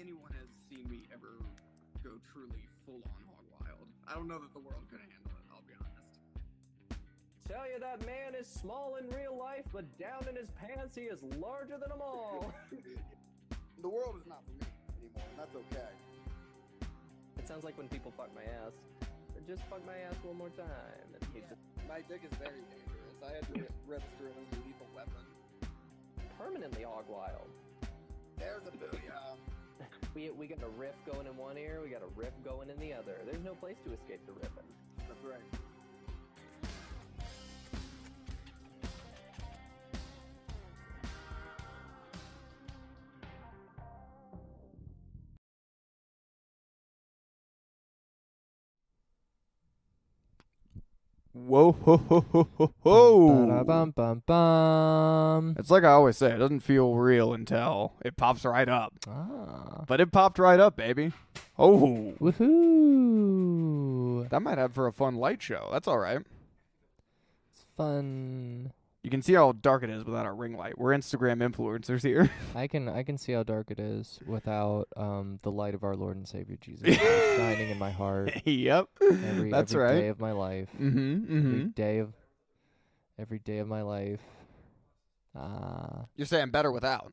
anyone has seen me ever go truly full on hog wild. I don't know that the world could handle it, I'll be honest. Tell you that man is small in real life, but down in his pants, he is larger than them all. The world is not for me anymore, and that's okay. it sounds like when people fuck my ass. Just fuck my ass one more time. And he's just My dick is very dangerous. I had to re- register it as a lethal weapon. permanently hog wild. There's a Oh, booyah. We, we got a riff going in one ear, we got a riff going in the other. There's no place to escape the riffing. That's right. Whoa ho ho ho ho ho! Bum bum bum. It's like I always say, it doesn't feel real until it pops right up. Ah. But it popped right up, baby. Oh, Woohoo! that might have for a fun light show. That's all right. It's fun. You can see how dark it is without our ring light. We're Instagram influencers here. I can I can see how dark it is without um the light of our Lord and Savior Jesus Christ shining in my heart yep, every that's every day right. of my life. Mm-hmm. Every Mm-hmm. day of every day of my life. Ah. You're saying better without.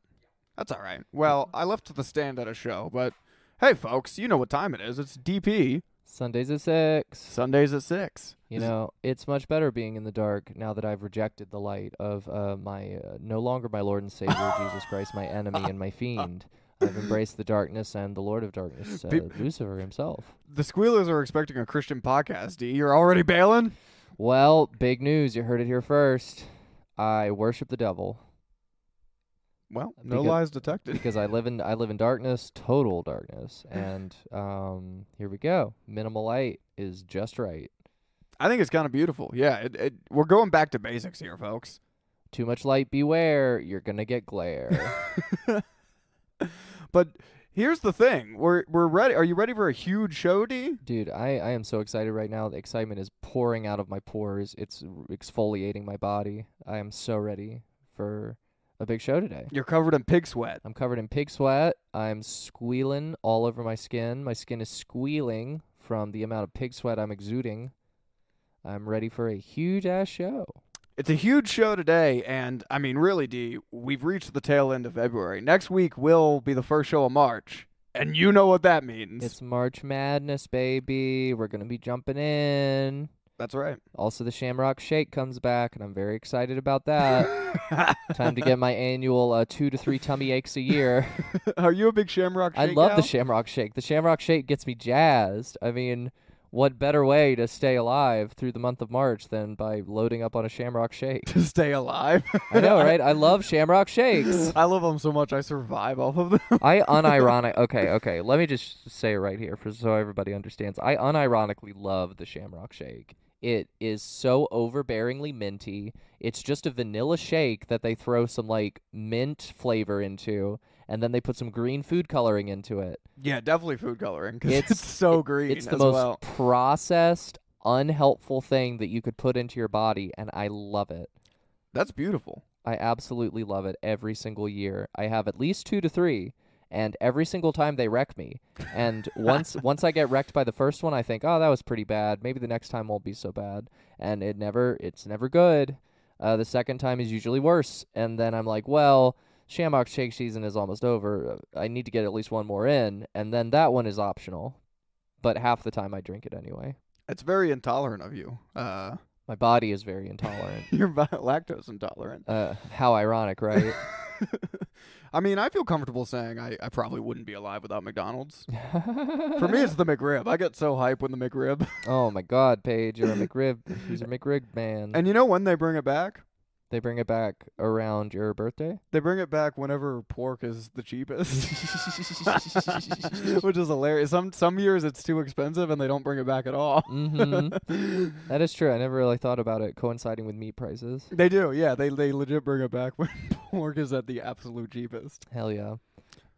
That's all right. Well, Mm-hmm. I left the stand at a show, but hey, folks, you know what time it is. It's DP Sundays at six. Sundays at six. You know, it's much better being in the dark now that I've rejected the light of uh, my uh, no longer my Lord and Savior Jesus Christ, my enemy and my fiend. I've embraced the darkness and the Lord of Darkness, uh, Pe- Lucifer himself. The squealers are expecting a Christian podcast. D, you're already bailing. Well, big news! You heard it here first. I worship the devil Well, Uh, no because- lies detected. because I live in I live in darkness, total darkness, and um, here we go. Minimal light is just right. I think it's kind of beautiful. Yeah, it, it, we're going back to basics here, folks. Too much light, beware! You're gonna get glare. But here's the thing: we're we're ready. Are you ready for a huge show, D? Dude, I, I am so excited right now. The excitement is pouring out of my pores. It's r- exfoliating my body. I am so ready for a big show today. You're covered in pig sweat. I'm covered in pig sweat. I'm squealing all over my skin. My skin is squealing from the amount of pig sweat I'm exuding. I'm ready for a huge ass show. It's a huge show today, and I mean, really, D, we've reached the tail end of February. Next week will be the first show of March, and you know what that means. It's March Madness, baby. We're going to be jumping in. That's right. Also, the Shamrock Shake comes back, and I'm very excited about that. Time to get my annual uh, two to three tummy aches a year. Are you a big Shamrock? I Shake love the gal? Shamrock Shake. The Shamrock Shake gets me jazzed. I mean, what better way to stay alive through the month of March than by loading up on a Shamrock Shake? to stay alive. I know, right? I love Shamrock Shakes. I love them so much. I survive off of them. I unironic. Okay, okay. Let me just say it right here for so everybody understands. I unironically love the Shamrock Shake. It is so overbearingly minty. It's just a vanilla shake that they throw some like mint flavor into, and then they put some green food coloring into it. yeah, definitely food coloring because It's- it's, so green It's the as most well. processed, unhelpful thing that you could put into your body, and I love it. That's beautiful. I absolutely love it every single year. I have at least two to three, and every single time they wreck me. And once once I get wrecked by the first one, I think, oh, that was pretty bad. Maybe the next time won't be so bad. And it never, it's never good. Uh, the second time is usually worse, and then I'm like, well. Shamrock Shake season is almost over. Uh, I need to get at least one more in, and then that one is optional. But half the time I drink it anyway. It's very intolerant of you. Uh, My body is very intolerant. you're bi- lactose intolerant. Uh, how ironic, right? I mean, I feel comfortable saying I, I probably wouldn't be alive without McDonald's. For me, it's the McRib. I get so hype when the McRib. Oh my God, Paige, you're a McRib. He's a McRib man. And you know when they bring it back? they bring it back around your birthday. They bring it back whenever pork is the cheapest, which is hilarious. Some some years it's too expensive and they don't bring it back at all. Mm-hmm. that is true. I never really thought about it coinciding with meat prices. They do, yeah. They they legit bring it back when pork is at the absolute cheapest. Hell yeah.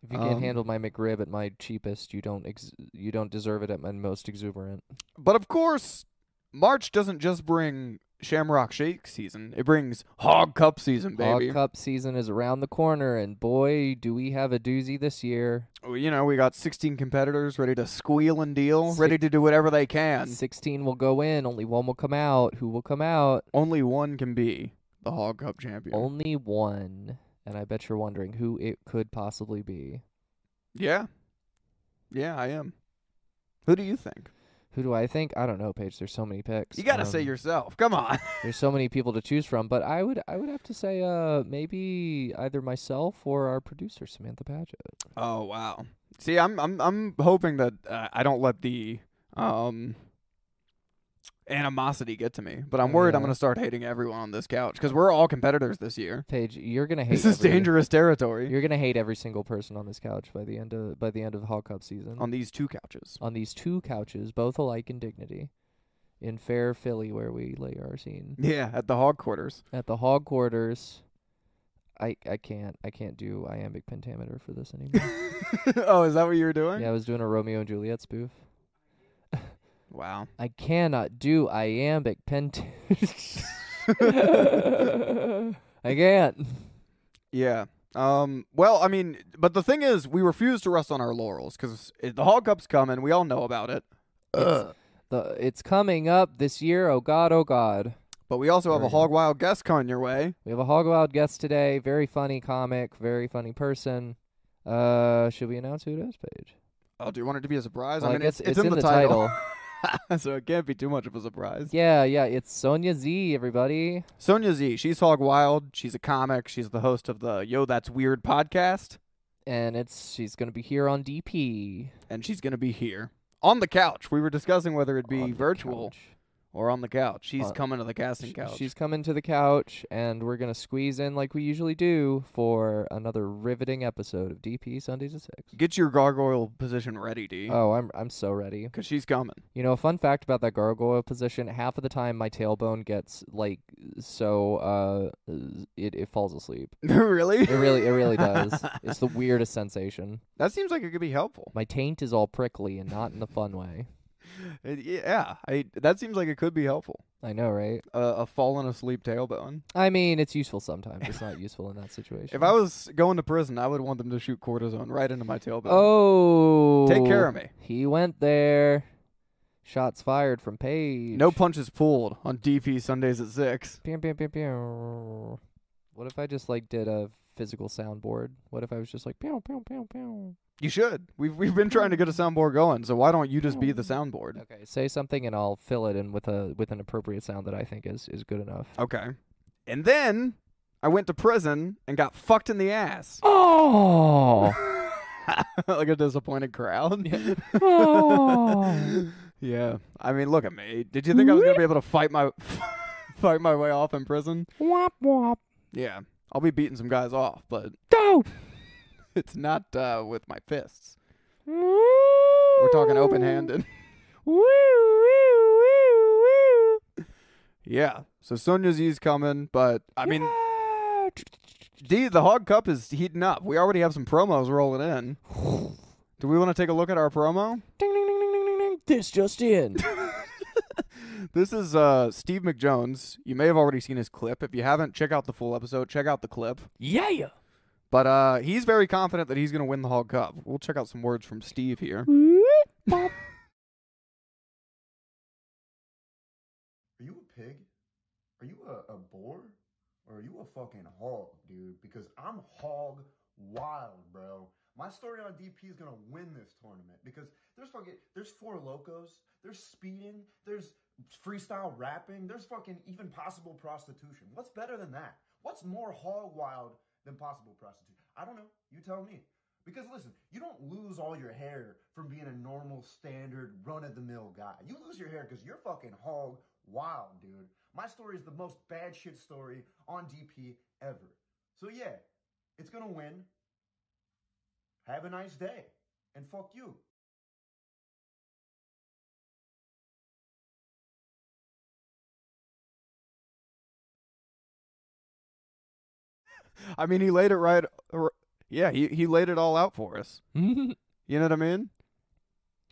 If you can't Um, handle my McRib at my cheapest, you don't ex- you don't deserve it at my most exuberant. But of course, March doesn't just bring Shamrock Shake season. It brings Hog Cup season, baby. Hog Cup season is around the corner, and boy, do we have a doozy this year. Well, You know, we got 16 competitors ready to squeal and deal, ready to do whatever they can. 16 will go in, only one will come out. Who will come out? Only one can be the Hog Cup champion. Only one. And I bet you're wondering who it could possibly be. Yeah. Yeah, I am. Who do you think? Who do I think? I don't know, Paige. There's so many picks. You got to say Um, yourself. Come on. There's so many people to choose from, but I would I would have to say uh maybe either myself or our producer Samantha Paget. Oh, wow. See, I'm I'm I'm hoping that uh, I don't let the um animosity get to me, but I'm Oh, worried I'm yeah. going to start hating everyone on this couch cuz we're all competitors this year. Paige, you're gonna hate This is every- dangerous territory You're gonna hate every single person on this couch by the end of by the end of Hall Cup season. on these two couches. on these two couches, both alike in dignity, in fair Philly, where we lay our scene Yeah, at the hog quarters. at the hog quarters. I I can't I can't do iambic pentameter for this anymore. oh, is that what you were doing? yeah, I was doing a Romeo and Juliet spoof. Wow. I cannot do iambic pent. I can't. Yeah. Um. Well, I mean, but the thing is, we refuse to rest on our laurels because the Hog Cup's coming. We all know about it. Ugh. The it's coming up this year. Oh God! Oh God! But we also have There a we go. Hog Wild guest coming your way. We have a hog wild guest today. Very funny comic. Very funny person. Uh, should we announce who it is, Paige? Oh, do you want it to be a surprise? Well, I I mean, guess it's, it's in the, the title, so it can't be too much of a surprise. Yeah, yeah, it's Sonia Z, everybody. Sonia Z, she's Hog Wild. She's a comic. She's the host of the Yo That's Weird podcast, And it's she's gonna be here on DP. and she's gonna be here on the couch. We were discussing whether it'd on be the virtual couch. or on the couch. She's On- coming to the casting Sh- couch. She's coming to the couch and we're gonna squeeze in like we usually do for another riveting episode of DP Sundays at six. Get your gargoyle position ready, D, Oh, I'm I'm so ready. because she's coming. You know, a fun fact about that gargoyle position, half of the time my tailbone gets like so uh it, it falls asleep. really? It really it really does. It's the weirdest sensation. That seems like it could be helpful. My taint is all prickly and not in the fun way. It- yeah, I, that seems like it could be helpful. I know, right? Uh, a fallen asleep tailbone. I mean, it's useful sometimes. It's not useful in that situation. If I was going to prison, I would want them to shoot cortisone right into my tailbone. oh, Take care of me. He went there. Shots fired from Paige. No punches pulled on DP Sundays at six. Pew, pew, pew, pew. What if I just like did a physical soundboard? What if I was just like pew pew pew pew? You should. We've we've been trying to get a soundboard going, so why don't you just be the soundboard? Okay, say something and I'll fill it in with a with an appropriate sound that I think is is good enough. Okay. And then I went to prison and got fucked in the ass. Oh, like a disappointed crowd. Yeah. oh. I mean, look at me. Did you think I was gonna be able to fight my fight my way off in prison? womp womp. Yeah. I'll be beating some guys off, but Go. it's not uh, with my fists. We're We're talking open-handed. Woo, woo, woo, woo. yeah. So Sonia Z's coming, but I mean, D, the Hog Cup is heating up. We already have some promos rolling in. Do we want to take a look at our promo? ding, ding, ding, ding, ding, ding, ding. This just in. This is uh, Steve McJones. You may have already seen his clip. If you haven't, check out the full episode. Check out the clip. yeah. But uh, he's very confident that he's going to win the Hog Cup. We'll check out some words from Steve here. Are you a pig? Are you a, a boar? Or are you a fucking hog, dude? Because I'm hog wild, bro. My story on DP is gonna win this tournament because there's fucking there's four locos, there's speeding, there's freestyle rapping, there's fucking even possible prostitution. What's better than that? What's more hog wild than possible prostitution? I don't know. You tell me. Because listen, you don't lose all your hair from being a normal, standard, run of the mill guy. You lose your hair because you're fucking hog wild, dude. My story is the most bad shit story on DP ever. So yeah, it's gonna win. Have a nice day. And fuck you. I mean, he laid it right. r- Yeah, he, he laid it all out for us. yeah. You know what I mean?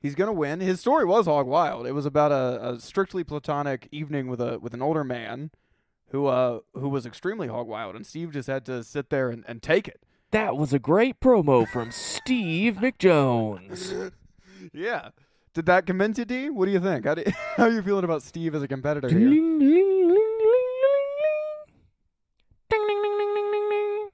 He's gonna win. His story was hog wild. It was about a, a strictly platonic evening with a with an older man who uh who was extremely hog wild, and Steve just had to sit there and, and take it. That was a great promo from Steve McJones. Yeah. Did that commend you, D? What do you think? How, do, how are you feeling about Steve as a competitor here? Ding, ling, ling, ling, ling, ling. Ding, ding, ding, ding, ding, ding, ding.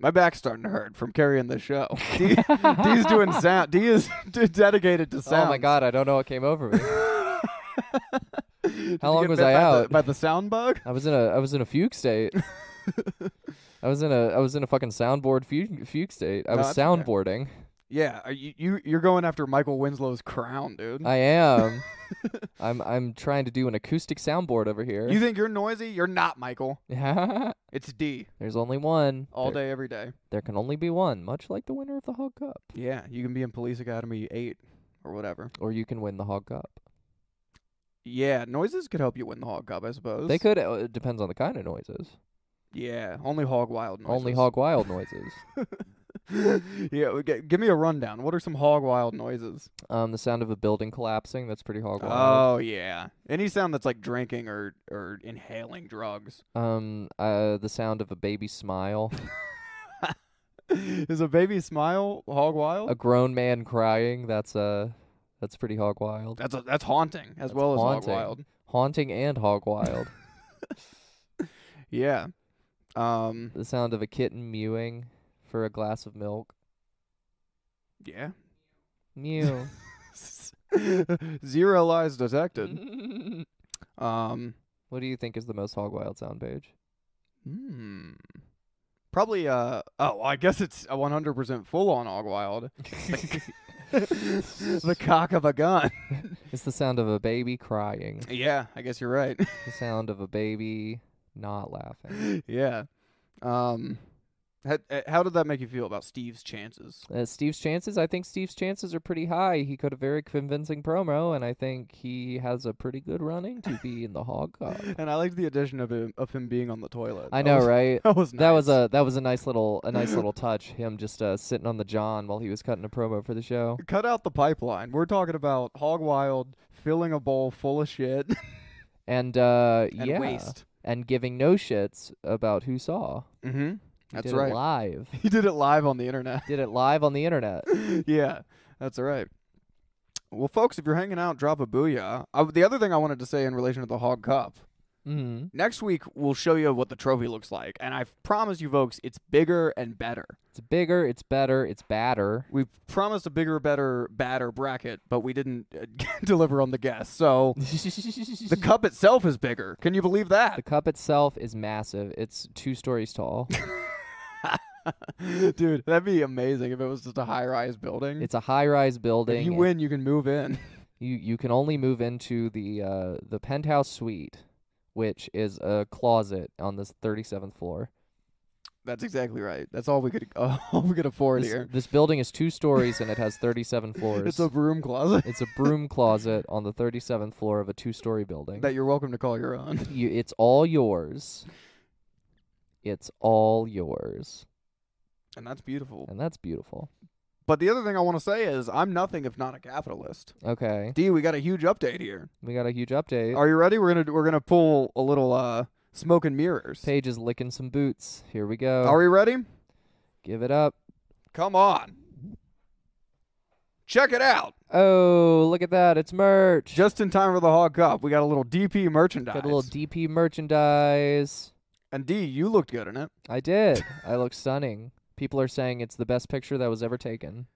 My back's starting to hurt from carrying the show. D, D's doing sound. D is dedicated to sound. Oh my god, I don't know what came over me. Did How you long get was bit I by the- out? by the sound bug? I was in a I was in a fugue state. I was in a I was in a fucking soundboard fugue, fugue state. I No, was that's okay. soundboarding. Yeah, are you, you you're going after Michael Winslow's crown, dude. I am. I'm I'm trying to do an acoustic soundboard over here. you think you're noisy? You're not, Michael. It's D There's only one. all there, day, every day. There can only be one, much like the winner of the Hog Cup, Yeah, you can be in Police Academy eight or whatever. or you can win the Hog Cup. Yeah, noises could help you win the hog cup, I suppose. They could. uh, It depends on the kind of noises. Yeah, only hog wild noises. Only hog wild noises. yeah, we g- give me a rundown. What are some hog wild noises? Um, the sound of a building collapsing. That's pretty hog wild. Oh yeah, any sound that's like drinking or or inhaling drugs. Um, uh, the sound of a baby smile. Is a baby smile hog wild? a grown man crying. That's uh, that's pretty hog wild. That's a, that's haunting as That's well as haunting. hog wild. Haunting and hog wild. Yeah. Um. the sound of a kitten mewing for a glass of milk. Yeah. Mew. Zero lies detected. what Um. do you think is the most hog wild sound page? Hmm. Probably. Uh. Oh, I guess it's a 100% full on hog wild. the cock of a gun. it's the sound of a baby crying. Yeah, I guess you're right. The sound of a baby not laughing. yeah. Um. How, how did that make you feel about Steve's chances? Uh, Steve's chances, I think Steve's chances are pretty high. He got a very convincing promo, and I think he has a pretty good running to be in the Hog Cup. And I liked the addition of him of him being on the toilet. Oh. I That know, was- right? That was nice. That was a that was a nice little a nice little touch. Him just uh, sitting on the John while he was cutting a promo for the show. Cut out the pipeline. We're talking about hog wild filling a bowl full of shit And uh, and yeah, waste. and giving no shits about who saw. Mm-hmm. He That's did It right. live. He did it live on the internet. did it live on the internet. yeah, that's right. Well, folks, if you're hanging out, drop a booyah. I, the other thing I wanted to say in relation to the Hog Cup Mm-hmm. next week, we'll show you what the trophy looks like. And I promise you, folks, it's bigger and better. It's bigger. It's better. It's badder. We promised a bigger, better, badder bracket, but we didn't uh, deliver on the guess. So the the cup itself is bigger. Can you believe that? cup itself is massive. It's two stories tall. Dude, that'd be amazing if it was just a high rise building. It's a high-rise building. Mm-hmm. if you win, you can move in. You you can only move into the uh, the penthouse suite, which is a closet on the thirty seventh floor. That's exactly right. That's all we could all we could afford This, here. this building is two stories and it has thirty seven floors. It's a broom closet It's a broom closet on the thirty seventh floor of a two story building. that you're welcome to call your own. you, it's all yours. It's all yours, And that's beautiful. and that's beautiful. But the other thing I want to say is I'm nothing if not a capitalist. Okay, D, we got a huge update here. we got a huge update. Are you ready? We're gonna we're gonna pull a little uh smoke and mirrors. Paige is licking some boots. Here we go. Are we ready? Give it up. Come on. Check it out. Oh, look at that! It's merch. Just in time for the Hog Cup, we got a little DP merchandise. Got a little DP merchandise. and D, you looked good in it. I did. I look stunning. People are saying it's the best picture that was ever taken.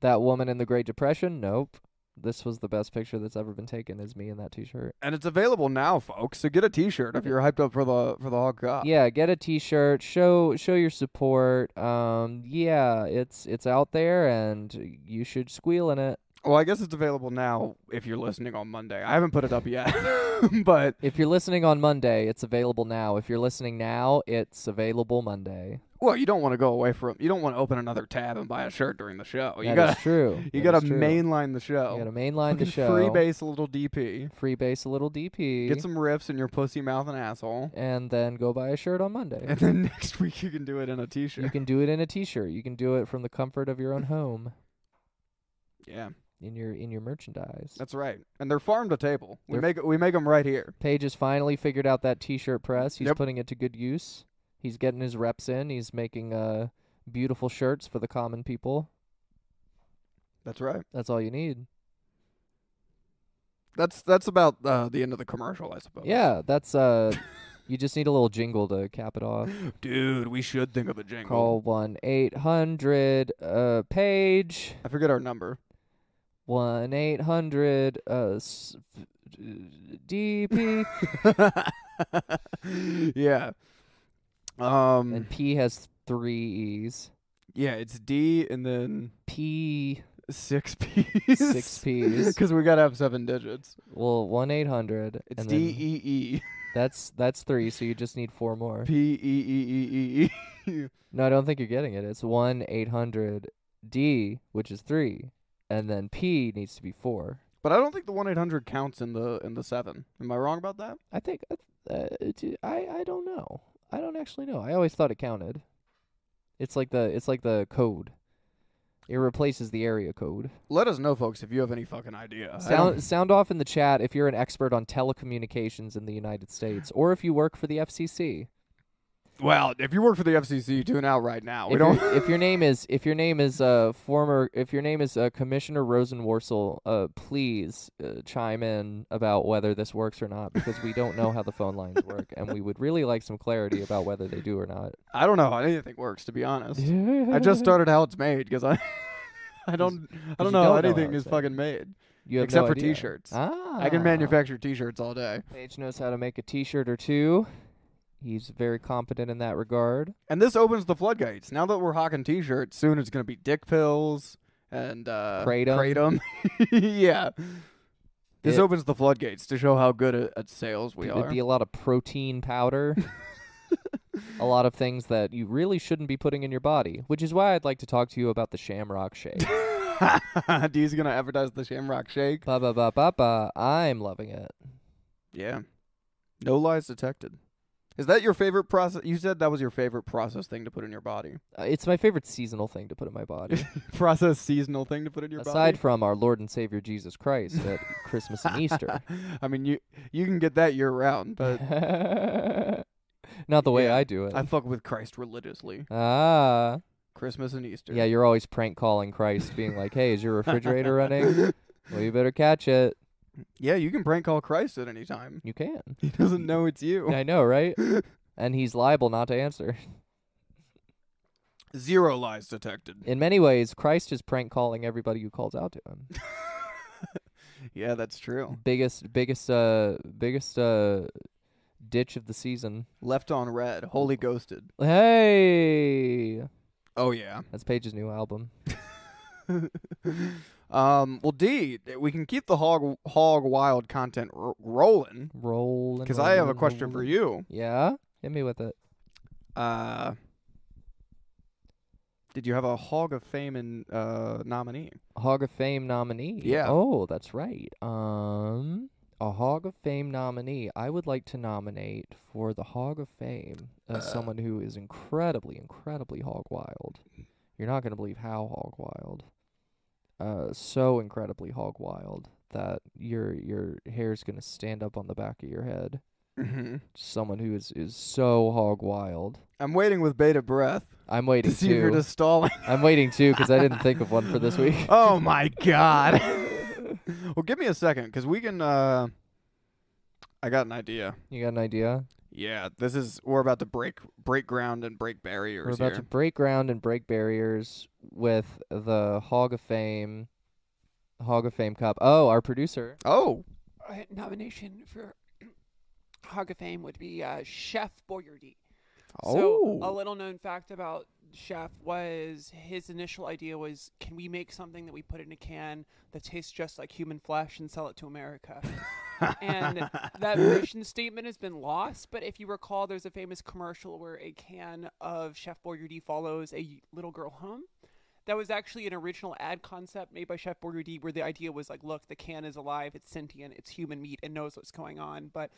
That woman in the Great Depression? Nope. This was the best picture that's ever been taken is me in that t-shirt. and it's available now, folks. So get a T-shirt if you're hyped up for the for the uh, Hog Cup. Yeah, get a t-shirt, show show your support. Um yeah, it's it's out there and you should squeal in it. Well, I guess it's available now if you're listening on Monday. I haven't put it up yet, but If you're listening on Monday, it's available now. If you're listening now, it's available Monday. well, you don't want to go away from. You don't want to open another tab and buy a shirt during the show. That Oh, You is gotta true. you That gotta is true. mainline the You show. got to mainline the Fucking show. Free base a little DP. Free base a little DP. Get some riffs in your pussy mouth and asshole, and then go buy a shirt on Monday. and then next week you can do it in a You T-shirt. can do it in a t-shirt. You can do it from the comfort of your own home. Yeah, in your in your merchandise. that's right. And they're farm to table. We They're- make we make them right here. Paige has finally figured out that T-shirt press. He's Yep. putting it to good use. He's getting his reps in. He's making uh beautiful shirts for the common people. That's right. That's all you need. That's that's about uh, the end of the commercial, I suppose. Yeah, that's uh, you just need a little jingle to cap it off. dude, we should think of a jingle. Call one eight hundred uh Paige. I forget our number. One eight hundred uh s- f- DP. yeah. Um. and P has three E's. yeah, it's D and then P six P's. six P's. Because we gotta have seven digits. Well, one eight hundred. It's D E E That's that's three. So you just need four more. P E E E E E. No, I don't think you're getting it. It's one eight hundred D, which is three, and then P needs to be four. But I don't think the one eight hundred counts in the in the seven. Am I wrong about that? I think uh, uh, it's- I I don't know. I don't actually know. I always thought it counted. It's like the it's like the code. It replaces the area code. Let us know, folks, if you have any fucking idea. I don't- Sound sound off in the chat if you're an expert on telecommunications in the United States, or if you work for the FCC. well, if you work for the FCC, tune out right now. Uh, We if, don't. your- if your name is if your name is uh former if your name is uh, Commissioner Rosenworcel, uh please uh, chime in about whether this works or not because we don't know how the phone lines work and we would really like some clarity about whether they do or not. I don't know how anything works, to be honest. I just started how it's made because I, I don't, I Mm-hmm. you don't know how don't know how anything it's is made. fucking made. You have except no for idea. t-shirts. Ah, I can manufacture T-shirts all day, Paige knows how to make a T-shirt or two. He's very competent in that regard. and this opens the floodgates. Now that we're hawking T-shirts, soon it's gonna be dick pills and uh, kratom. Kratom. yeah, this It- opens the floodgates to show how good at, at sales we It are. would be a lot of protein powder. a lot of things that you really shouldn't be putting in your body, which is why I'd like to talk to you about the Shamrock Shake. D's gonna advertise the Shamrock Shake. ba ba ba ba ba. I'm loving it. Yeah, no lies detected. Is that your favorite process? You said that was your favorite process thing to put in your body. Uh, It's my favorite seasonal thing to put in my body. process seasonal thing to put in your Aside body. from our Lord and Savior Jesus Christ at Christmas and Easter. I mean, you you can get that year round, but Not the way Yeah, I do it. I fuck with Christ religiously. ah. Christmas and Easter. Yeah, you're always prank calling Christ, being like, hey, is your refrigerator running? Well, you better catch it. yeah, you can prank call Christ at any time. You can. He doesn't know it's you. I know, right? And he's liable not to answer. Zero lies detected. In many ways, Christ is prank calling everybody who calls out to him. Yeah, that's Mm. true. biggest, biggest, uh, biggest, uh, ditch of the season. Left on red, holy Mm. ghosted. Hey, Oh yeah. that's Paige's new album. Um. Well, D, we can keep the hog hog wild content r- rolling Roll. because I have a question for you. Yeah, hit me with it. Uh. Did you have a hog of fame in uh nominee? Hog of Fame nominee. Yeah. Oh, that's right. Um, a Hog of Fame nominee. I would like to nominate for the Hog of Fame uh, someone who is incredibly, incredibly hog wild. You're not gonna believe how hog wild. Uh, so incredibly hog wild that your your hair's gonna stand up on the back of your head. Mm-hmm. Someone who is is so hog wild. I'm waiting with bated breath I'm to waiting see if you're too. just stalling. I'm waiting too because I didn't think of one for this week. oh my god. well, give me a second cuz we can uh I got an idea. You got an idea? Yeah, this is we're about to break break ground and break barriers We're about here. to break ground and break barriers with the Hog of Fame, Hog of Fame Cup. Oh, our producer. oh, uh, nomination for Hog of Fame would be uh, Chef Boyardee. So a Oh. little known fact about Chef was his initial idea was, can we make something that we put in a can that tastes just like human flesh and sell it to America? and that mission statement has been lost. But if you recall, there's a famous commercial where a can of Chef Boyardee follows a little girl home. That was actually an original ad concept made by Chef Boyardee, where the idea was like, look, the can is alive, it's sentient, it's human meat, and knows what's going on. But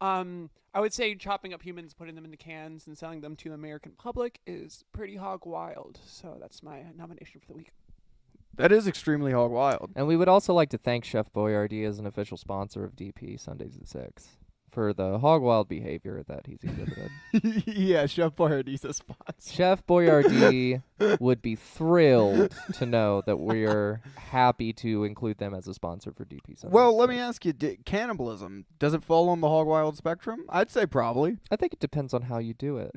um, I would say chopping up humans, putting them into cans, and selling them to the American public is pretty hog wild. So that's my nomination for the week. That is extremely hog wild. And we would also like to thank Chef Boyardee as an official sponsor of DP Sundays at 6 for the hog wild behavior that he's exhibited. yeah, Chef Boyardee's a sponsor. Chef Boyardee would be thrilled to know that we're happy to include them as a sponsor for DP Sundays. Well, at let me 6. ask you: di Cannibalism does it fall on the hog wild spectrum? I'd say probably. I think it depends on how you do it.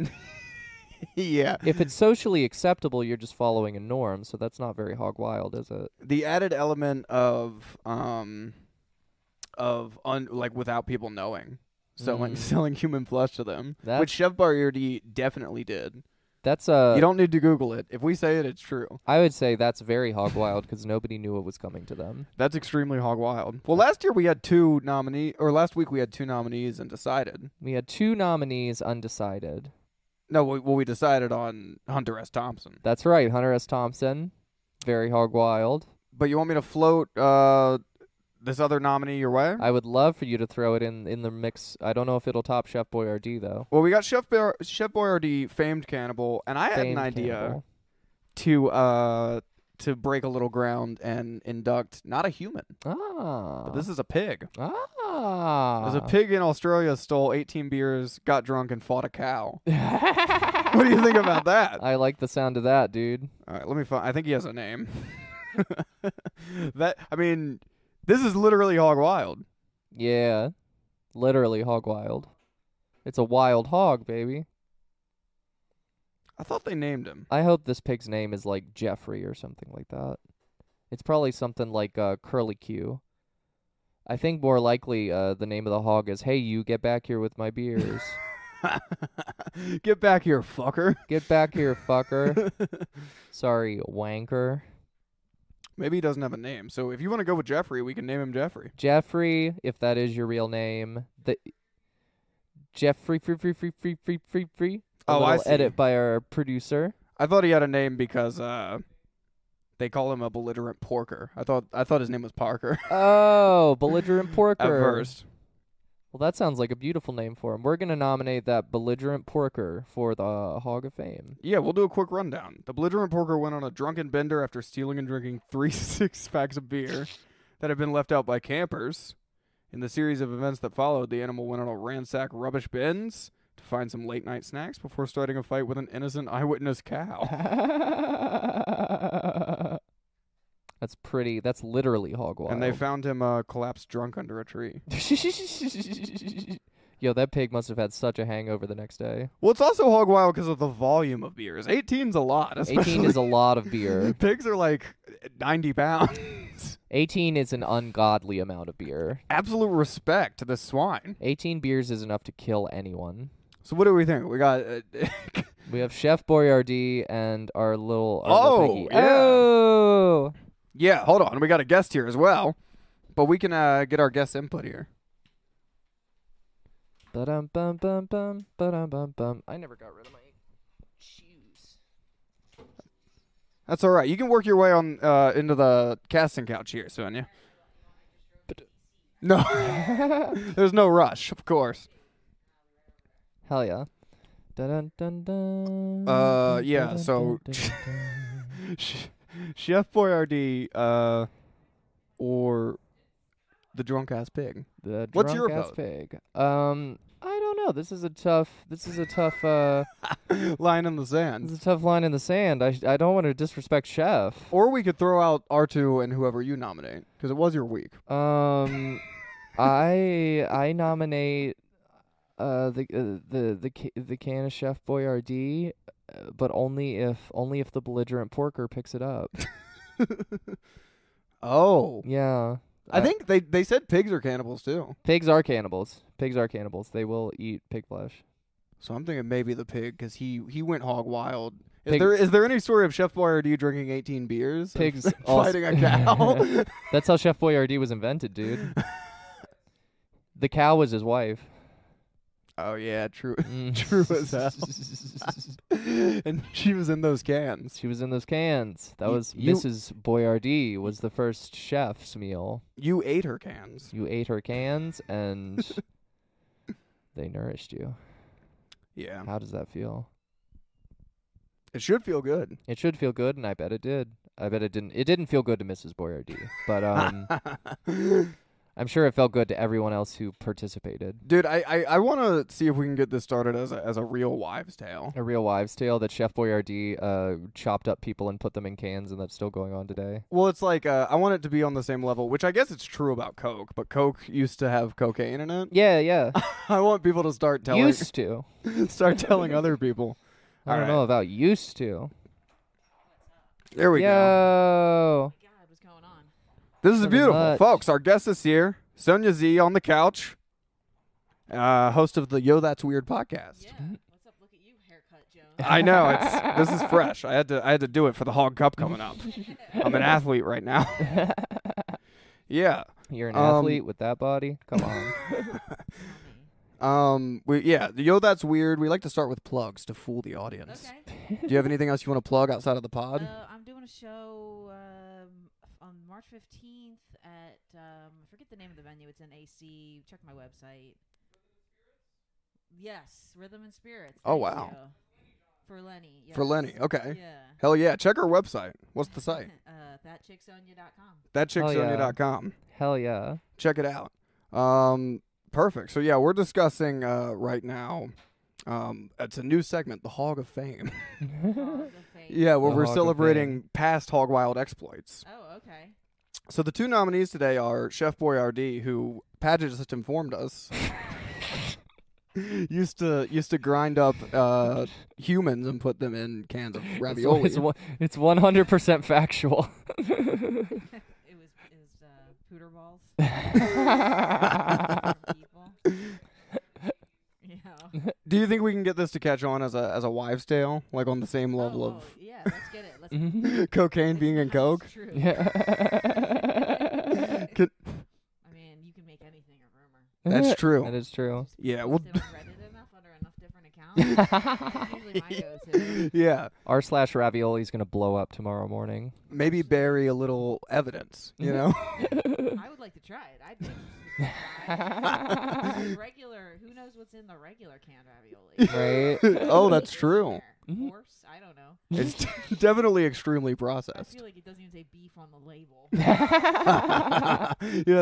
yeah. if it's socially acceptable, you're just following a norm, so that's not very hog wild, is it? the added element of um of un- like without people knowing selling Mm. selling human flesh to them which That's- Uh, chef boyardee definitely did That's a. you don't need to google it if we say it it's true I would say that's very hog wild because nobody knew what was coming to them. that's extremely hog wild well last year we had two nominee or last week we had two nominees and decided We had two nominees undecided. no we, well we decided on hunter s thompson That's right, Hunter S. Thompson, very hog wild. but you want me to float uh this other nominee your way I would love for you to throw it in in the mix. I don't know if it'll top Chef Boyardee though. well we got chef, Boyar- chef boyardee famed cannibal and i had an Famed idea cannibal. to uh to break a little ground and induct not a human, Ah, but this is a pig. ah, There's a pig in Australia stole 18 beers, got drunk, and fought a cow. what do you think about that? I like the sound of that, dude. All right, let me find. I think he has a name. that I mean, this is literally hog wild. Yeah, literally hog wild. It's a wild hog, baby. I thought they named him. I hope this pig's name is like Jeffrey or something like that. It's probably something like uh, Curly Q. I think more likely uh, the name of the hog is Hey, you get back here with my beers. Get back here, fucker. get back here, fucker. Sorry, wanker. Maybe he doesn't have a name. So if you want to go with Jeffrey, we can name him Jeffrey. Jeffrey, if that is your real name, the Jeffrey free free free free free free free. A Oh, I little edit see. by our producer. I thought he had a name because uh, they call him a belligerent porker. I thought I thought his name was Parker Oh, belligerent porker. at first. Well, that sounds like a beautiful name for him. We're going to nominate that belligerent porker for the Hog of Fame. Yeah, we'll do a quick rundown. The belligerent porker went on a drunken bender after stealing and drinking three six packs of beer that had been left out by campers. In the series of events that followed, the animal went on a ransack rubbish bins to find some late night snacks before starting a fight with an innocent eyewitness cow. that's pretty. That's literally hog wild. And they found him uh, collapsed drunk under a tree. Yo, that pig must have had such a hangover the next day. Well, it's also hog wild because of the volume of beers. 18's a lot. 18 especially- is a lot of beer. Pigs are like 90 pounds. 18 is an ungodly amount of beer. Absolute respect to this swine. 18 beers is enough to kill anyone. So what do we think? We got. Uh, We have Chef Boyardee and our little. Our little Oh, piggy. yeah. Oh! yeah, hold on. We got a guest here as well, but we can uh, get our guest input here. Ba-dum, bum, bum, bum, ba-dum, bum, bum. I never got rid of my shoes. That's all right. You can work your way on uh, into the casting couch here, Sonia. No, there's no rush, of course. Hell yeah. Dun, dun, dun, dun, Uh, dun, yeah. dun, So, dun, dun, Chef Boyardee, uh, or the drunk ass pig. dun. the What's your vote? drunk-ass pig. Um, I don't know. This is a tough. This is a tough. Uh, Lying in the this sand. is a tough line in the sand. I sh- I don't want to disrespect Chef. Or we could throw out R2 and whoever you nominate, because it was your week. Um, I I nominate uh the uh, the the ca- the can of Chef Boyardee, uh, but only if only if the belligerent porker picks it up. Oh. Yeah. I think they, they said pigs are cannibals too. pigs are cannibals. Pigs are cannibals. They will eat pig flesh. So I'm thinking maybe the pig, because he, he went hog wild. Is Pig- there is there any story of Chef Boyardee drinking 18 beers? and Pigs also- fighting a cow. That's how Chef Boyardee was invented, dude. the cow was his wife. oh yeah, true, Mm. true as hell. and she was in those cans. She was in those cans. That You- was you- Mrs. Boyardee was the first chef's meal. You ate her cans. You ate her cans and they nourished you. Yeah, How does that feel? it should feel good. It should feel good, and I bet it did. I bet it didn't. It didn't feel good to Mrs. Boyardee, but um, I'm sure it felt good to everyone else who participated. Dude, I I, I want to see if we can get this started as a, as a real wives' tale. A real wives' tale that Chef Boyardee uh, chopped up people and put them in cans, and that's still going on today. Well, it's like uh, I want it to be on the same level, which I guess it's true about Coke, but Coke used to have cocaine in it. Yeah, yeah. I want people to start telling used to. start telling other people. I don't Alright. know about used to. There we go. Yo. God, what's going on? This is Pretty beautiful, much. folks. Our guest this year, Sonia Z, on the couch, uh, host of the Yo That's Weird podcast. Yeah. What's up? Look at you, haircut Jones. I know it's this is fresh. I had to I had to do it for the Hog Cup coming up. I'm an athlete right now. yeah. You're an Um, athlete with that body. Come on. Um. We yeah. the Yo, that's weird. We like to start with plugs to fool the audience. Okay. Do you have anything else you want to plug outside of the Uh, pod? I'm doing a show um, on March 15th at, um, I forget the name of the venue. It's in AC. Check my website. Yes, Rhythm and Spirits. Oh, thank wow. you. For Lenny. For Lenny. yes. Okay. Yeah. Hell yeah. Check our website. What's the site? uh, thatchicksonia.com. Oh, Thatchicksonia.com. Hell yeah. Check it out. Um. Perfect. So yeah, we're discussing uh right now. Um, it's a new segment, the Hog of Fame. Hog of Fame. yeah, where The we're Hog of celebrating past Hog Wild exploits. Oh, okay. So the two nominees today are Chef Boyardee, who Padgett just informed us used to used to grind up uh, humans and put them in cans of It's- ravioli. It's one- it's 100% factual. It was, it was uh, pooter balls. From people. Yeah. Do you think we can get this to catch on as a as a wives' tale, like on the same level Oh, oh, yeah, let's get it. Let's Mhm. of cocaine it's being in not coke? true. yeah. Could- I mean, you can make anything a rumor. That's true. That is true. Just Yeah, post well- it on Reddit enough under enough different accounts. That's usually my go-to. yeah, R slash ravioli is gonna blow up tomorrow morning. maybe bury a little evidence. You Mm-hmm. know, I would like to try it. I'd be interested to try regular. Who knows what's in the regular canned ravioli? Right? oh, that's It's in true. there. Mhm. Horse? I don't know. It's Mm-hmm. definitely extremely I processed. feel like it doesn't even say beef on the label. yeah,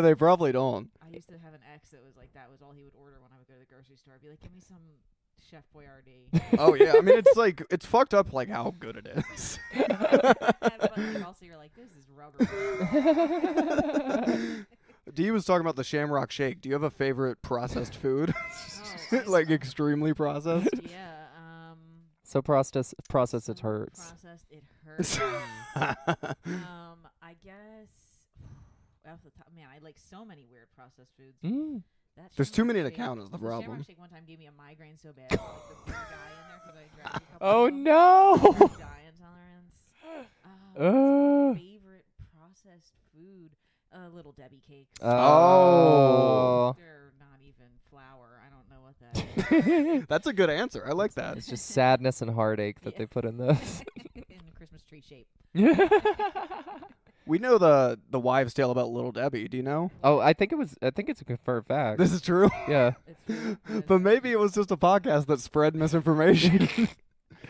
they probably don't. I used to have an ex that was like that was all he would order when I would go to the grocery store. I'd be like, give me some Chef Boyardee. Oh yeah, I mean it's like it's fucked up like how good it is. And, but like, also, you're like, this is rubber. D was talking about the Shamrock Shake. Do you have a favorite processed food? Oh, like extremely processed. yeah. Um, so process process it some hurts. Processed, it hurts. um, I guess. Off the top, man, I like so many weird processed foods. Mm. That There's too Shamrock many to Shake- count is the Shamrock problem. Shake one time gave me a migraine so bad. I was Like the first guy in there 'cause I grabbed a couple Oh of them. no. Dye intolerance. Oh, Ugh. what's my favorite processed food? Uh, little Debbie cakes. Oh. They're not even flour. I don't know what that is. That's a good answer. I like that. It's just sadness and heartache that Yeah. they put in this. in Christmas tree shape. We know the the wives' tale about Little Debbie. Do you know? oh, I think it was. I think it's a confirmed fact. This is true. yeah. It's really good. But maybe it was just a podcast that spread misinformation.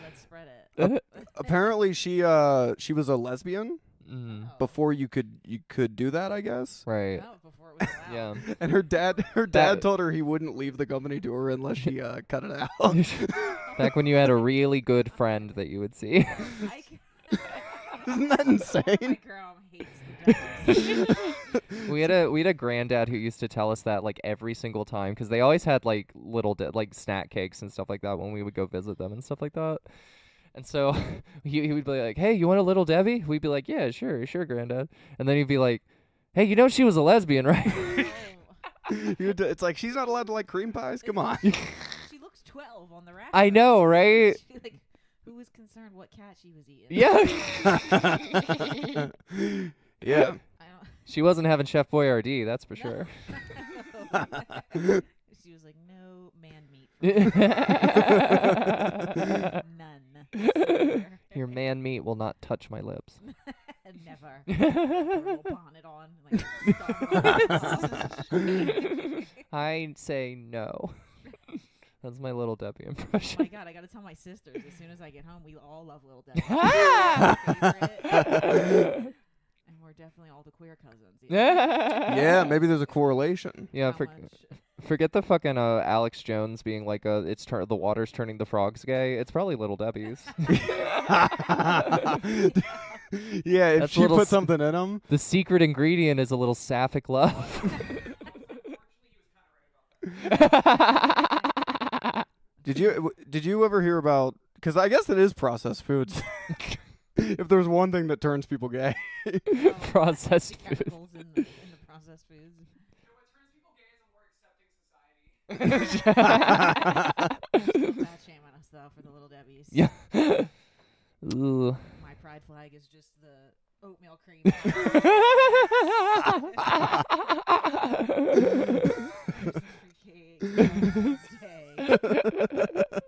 Let's spread it. Uh, Apparently, she uh she was a lesbian Mm. Oh, before you could you could do that. I guess. Right. no, before it was allowed. Yeah. And her dad, her dad That- told her he wouldn't leave the company to her unless she uh, cut it out. Back when you had a really good friend that you would see. I c- Isn't that my insane? grandma hates the Debbie. we had a we had a granddad who used to tell us that like every single time because they always had like little di- like snack cakes and stuff like that when we would go visit them and stuff like that. And so he, he would be like, "Hey, you want a little Debbie?" We'd be like, "Yeah, sure, sure, granddad." And then he'd be like, "Hey, you know she was a lesbian, right?" Oh, You d- it's like she's not allowed to like cream pies. Come on. she looks 12 on the rack. I know, right? She, like, who was concerned what cat she was eating? yeah, yeah. I she wasn't having Chef Boyardee, that's for sure. don't. she was like, no man meat. for me. None. Swear. Your man meat will not touch my lips. Never. Little bonnet on. Like, stop. I say no. That's my little Debbie impression. my God, I gotta tell my sisters as soon as I get home. We all love Little Debbie. It's my favorite. and we're definitely all the queer cousins. yeah, maybe there's a correlation. Yeah, How for, much? forget the fucking uh, Alex Jones being like, uh, it's tur- the water's turning the frogs gay. It's probably Little Debbie's. yeah, if That's a she little put s- something in them, the secret ingredient is a little sapphic love. Did you w- did you ever hear about? Because I guess it is processed foods. if there's one thing that turns people gay, Oh, Processed the food. chemicals in the, in the processed foods. Fat shame on us though for the little Debbie's. yeah. Ooh. My pride flag is just the oatmeal cream. Christmas cake,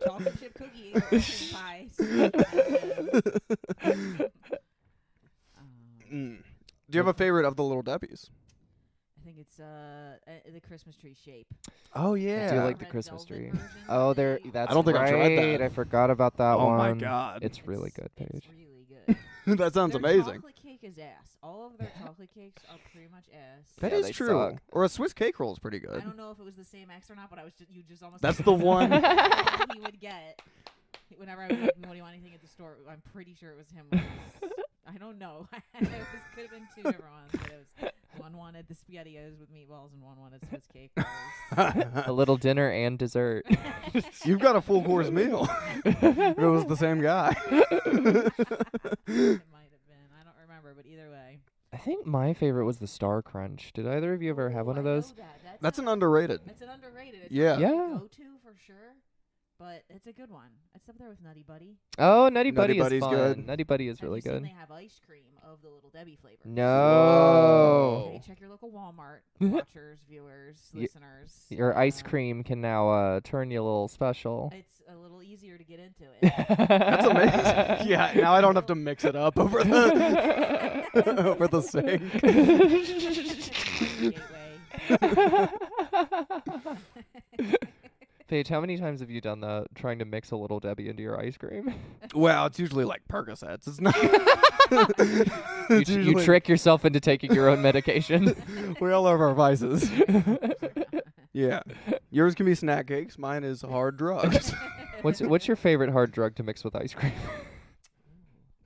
chocolate chip cookies, cream pies. Um, Mm. do you have a favorite of the Little Deppies? I think it's uh, uh the Christmas tree shape. Oh yeah. Do you like the Red Christmas velvet tree? version Oh, that they there. make. That's I don't think I right. tried that. I forgot about that oh one. my god, It's really good, It's Paige. really good. that sounds Their amazing. Chocolate cake is ass. All of their chocolate cakes are pretty much ass. That Yeah, is they true. suck. Or a Swiss cake roll is pretty good. I don't know if it was the same ex or not, but I was just, you just almost. That's the one. that he would get whenever I would like, what do you want anything at the store? I'm pretty sure it was him. with his- I don't know. it was, could have been two different ones, but it was one wanted the spaghettios with meatballs and one wanted Swiss cake. rolls. A little dinner and dessert. You've got a full course meal. if it was the same guy. it might have been. I don't remember, but either way. I think my favorite was the Star Crunch. Did either of you ever have Ooh, one I of know those? that. That's an underrated. It's an underrated. It's Yeah. not like Yeah. a go-to for sure, but it's a good one. It's up there with Nutty Buddy. Oh, Nutty Nutty Buddy is Buddy's fun. good. Nutty Buddy is Have you really seen good. They have ice cream of the Little Debbie flavor. No. Okay, check your local Walmart. Watchers, viewers, Ye- listeners. Your ice uh, cream can now uh, turn you a little special. It's a little easier to get into it. That's amazing. yeah, now I don't have to mix it up over the over the sink. Gateway. Paige, how many times have you done that, trying to mix a little Debbie into your ice cream? Well, it's usually like Percocets. It's not. you, It's tr- you usually- trick yourself into taking your own medication. We all have our vices. yeah, yours can be snack cakes. Mine is hard drugs. what's what's your favorite hard drug to mix with ice cream?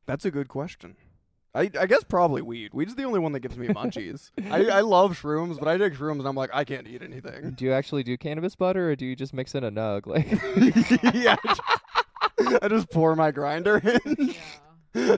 That's a good question. I, I guess probably weed. Weed's the only one that gives me munchies. I, I love shrooms, but I take shrooms and I'm like, I can't eat anything. do you actually do cannabis butter, or do you just mix in a nug? Like, yeah. I ju- I just pour my grinder in. Yeah.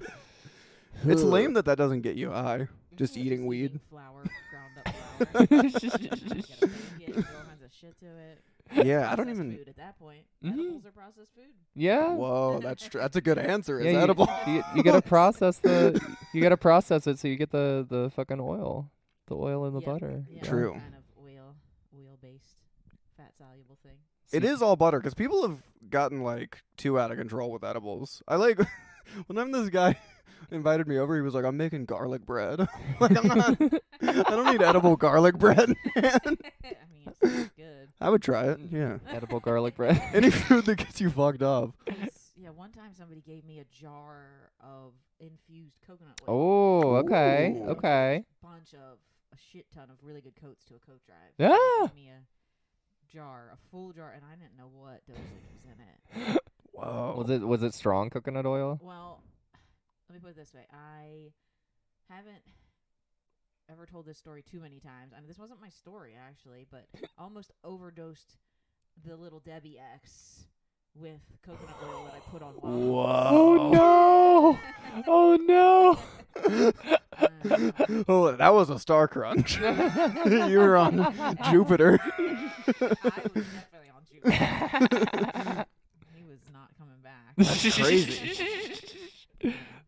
It's lame that that doesn't get you high. Just eating weed. eating flour, ground up flour. You get a pancake, throw all kinds of shit to it. Yeah, I don't Processed even. Food at that point. Mhm. Edibles are processed food. yeah. Whoa, that's tr- that's a good answer. Is yeah, you- edible? You, you gotta process the you gotta process it so you get the the fucking oil, the oil and the Yeah, butter. yeah, Yeah. True. Kind of oil, oil-based, fat-soluble thing. It is all butter because people have gotten like too out of control with edibles. I like one time this guy invited me over. He was like, "I'm making garlic bread." I'm like I'm not. I don't need edible garlic bread, man. I mean, it sounds good. I would try it. Yeah, edible garlic bread. any food that gets you fucked up. It's- yeah, one time somebody gave me a jar of infused coconut oil. Oh, okay, Ooh. okay. bunch of a shit ton of really good coats to a coat drive. and they Ah. gave me a jar, a full jar, and I didn't know what dosage was in it. Whoa. Was it was it strong coconut oil? Well, let me put it this way: I haven't ever told this story too many times. I mean, this wasn't my story actually, but I almost overdosed the little Debbie X with coconut oil that I put on. Whoa. no! Oh no! Um, oh, that was a star crunch. you were on Jupiter. I was definitely on Jupiter. he was not coming back. crazy.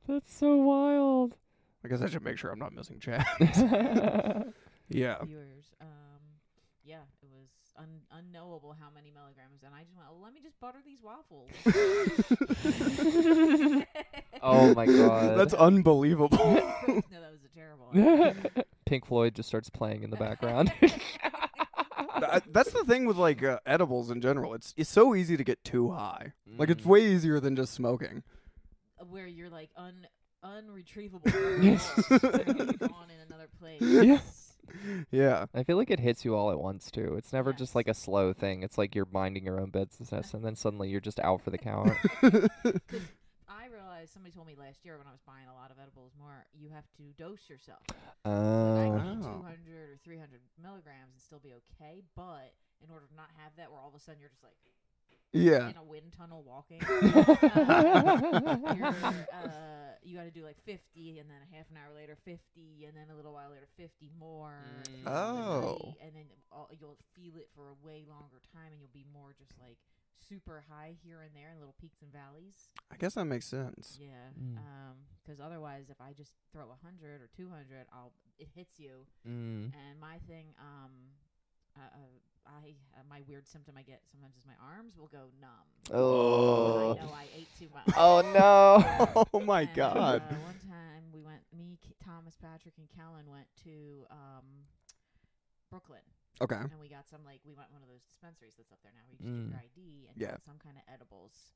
That's so wild. I guess I should make sure I'm not missing chat. yeah. Viewers, um, yeah, it was un- unknowable how many milligrams, and I just went, oh, let me just butter these waffles. oh my god. That's unbelievable. no, that was a terrible. one. Pink Floyd just starts playing in the background. Th- That's the thing with like uh, edibles in general. It's it's so easy to get too high. Like it's way easier than just smoking. Where you're like un unretrievable. from the Yes. lost and gone in another place. Yes. Yeah. I feel like it hits you all at once too. It's never just Yes. like a slow thing. It's like you're minding your own business, and then suddenly you're just out for the count. I realized somebody told me last year when I was buying a lot of edibles more, you have to dose yourself. Like, I oh, can eat Oh. 200 or 300 milligrams and still be okay, but in order to not have that, where all of a sudden you're just like yeah. in a wind tunnel walking, Oh. uh, you're, uh, you got to do like 50, and then a half an hour later 50, and then a little while later 50 more. Mm. and then another Oh. 90, and then all, you'll feel it for a way longer time, and you'll be more just like super high here and there, and little peaks and valleys. I guess that makes sense. Yeah. Mm. Um, 'cause otherwise, if I just throw a hundred or two hundred, I'll it hits you. mm. And my thing, um, uh, uh, I uh, my weird symptom I get sometimes is my arms will go numb. oh, I know I ate too much. oh no! Oh my And, god. Uh, one time we went, me, K- Thomas, Patrick, and Callan went to um, Brooklyn, Okay. and we got some like we went one of those dispensaries that's up there now. Where you just get your ID and Mm. Yeah. got some kind of edibles,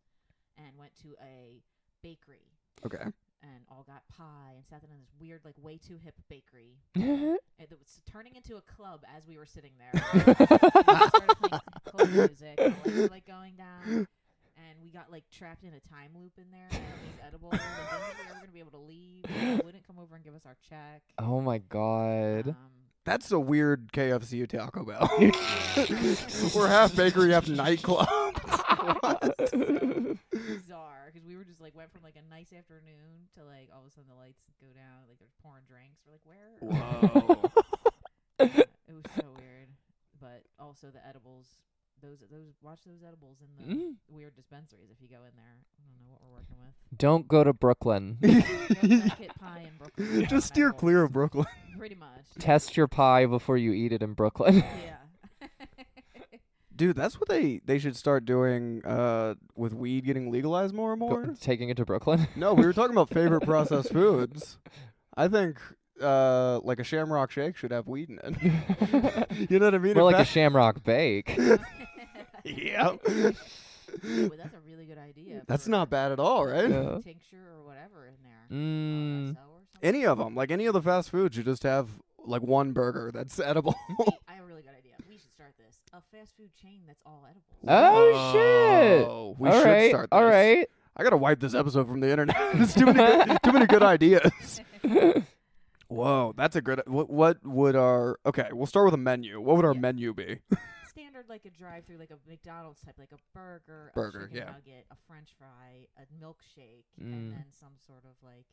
and went to a bakery Okay. and all got pie and sat down in this weird, like, way too hip bakery uh, that was turning into a club as we were sitting there. And they started playing club music, and the lights were, like going down, and we got like trapped in a time loop in there. And these edibles, and didn't think we were gonna be able to leave. and They wouldn't come over and give us our check. oh my god! Um, That's a weird KFC Taco Bell. We're half bakery, half nightclub. bizarre because we were just like went from like a nice afternoon to like all of a sudden the lights go down, like they're pouring drinks. We're like, where? are we?" Whoa. Yeah, it was so weird. But also the edibles, those those watch those edibles in the Mm. weird dispensaries if you go in there. I don't know what we're working with. Don't go to Brooklyn. No bucket pie in Brooklyn. Just steer clear of Brooklyn. Pretty much. Test your pie before you eat it in Brooklyn. yeah. Dude, that's what they they should start doing uh with weed getting legalized more and Go- more. taking it to Brooklyn. No, we were talking about favorite processed foods. I think uh like a shamrock shake should have weed in it. you know what I mean? More In like a fact- Shamrock Bake. Yep. Ooh, that's a really good idea. That's for not bad at all, right? Yeah. Tincture or whatever in there. Mm. RSO or something. Any of them, like any of the fast foods, you just have like one burger that's edible. Hey, I have a really good idea. We should start this. A fast food chain that's all edibles. Oh shit! Whoa, We All should right, start. This. All right. I gotta wipe this episode from the internet. There's too many, good, too many good ideas. Whoa, that's a good. What, what would our? Okay, we'll start with a menu. What would our Yeah. menu be? standard like a drive through like a McDonald's type, like a burger, Burger, a chicken yeah. nugget, a French fry, a milkshake, Mm. and then some sort of like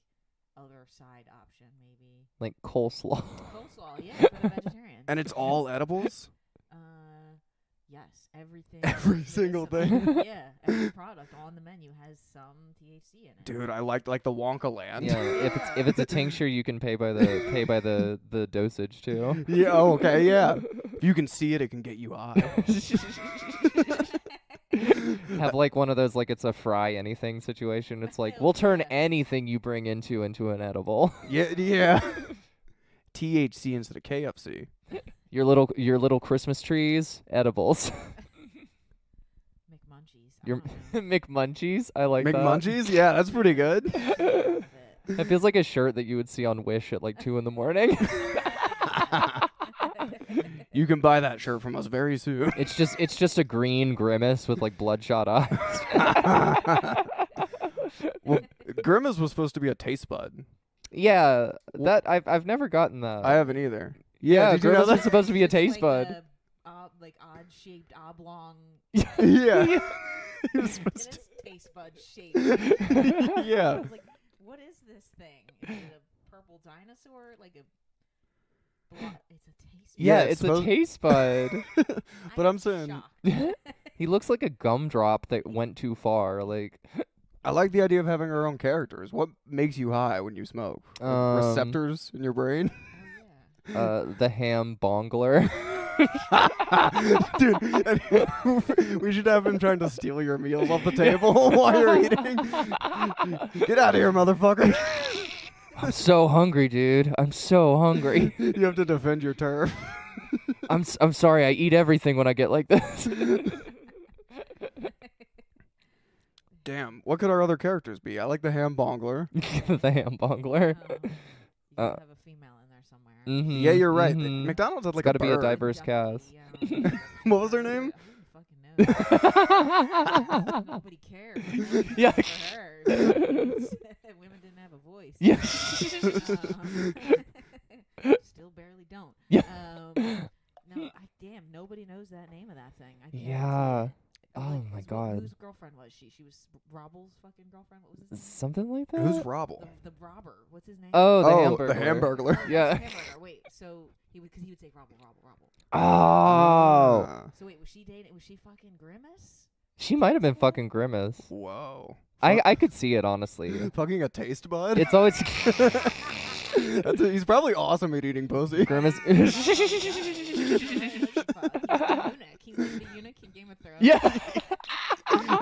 other side option, maybe Like coleslaw. coleslaw. Yeah, for the vegetarian. And it's all edibles. uh, yes, everything. Every with single some- thing. yeah, every product on the menu has some THC in it. Dude, I liked like the Wonka Land. Yeah, if it's if it's a tincture, you can pay by the pay by the the dosage too. Yeah, oh, okay, yeah. If you can see it, it can get you high. Have like one of those like it's a fry anything situation. It's like we'll turn Yeah. anything you bring into into an edible. yeah, yeah. THC instead of KFC. Your little your little Christmas trees, edibles. McMunchies. I Your don't know. McMunchies, I like uh, Make that. munchies? Yeah, that's pretty good. Love it. That feels like a shirt that you would see on Wish at like two in the morning. you can buy that shirt from us very soon. it's just it's just a green grimace with like bloodshot eyes. Well, Grimace was supposed to be a taste bud. yeah, that I've I've never gotten that. I haven't either. Uh, yeah, did you know grimace was that? supposed to be a Just taste like bud. a ob- like odd shaped oblong. yeah. He was It supposed is taste bud shaped. to- I yeah. was like, what is this thing? Is it a purple dinosaur? Like a. Blo- it's a taste bud. Yeah, it's it's supposed- a taste bud. but I'm I am saying- shocked. Oh, he looks like a gumdrop that went too far. Like, I like the idea of having our own characters. What makes you high when you smoke? Like, Um, Receptors in your brain? Oh, yeah. uh, the ham bongler. Dude, and- we should have him trying to steal your meals off the table while you're eating. Get out of here, motherfucker. I'm so hungry, dude. I'm so hungry. you have to defend your turf. I'm s- I'm sorry. I eat everything when I get like this. Damn. What could our other characters be? I like the ham bongler. the ham Oh, bongler. you Uh, gotta have a female in there somewhere. Mhm, Yeah, you're right. mhm. McDonald's had like gotta a be a bird. diver- diverse Definitely, yeah. What was her Who- name? who fucking mm-hmm. knows? Nobody cared. Yeah. For her. Women didn't have a voice. Yeah. Um, still barely don't. Yeah. Um, no, I damn nobody knows that name of that thing. I can't Yeah. I'm Oh like, my whose- God. Whose girlfriend was she? She was Robble's fucking girlfriend. What was his Something like that. Who's name? Robble? The, the robber. What's his name? Oh, the oh, the hamburger. hamburglar. yes, Yeah. Hamburger. Wait. So he would because he would say Robble, Robble, Robble. Oh, Ah, So wait, was she dating? Was she fucking Grimace? she might have been fucking grimace. Whoa. I I could see it honestly. Fucking a taste bud. It's always That's a- he's probably awesome at eating pussy. grimace. He's like the eunuch in Game of Thrones. yeah.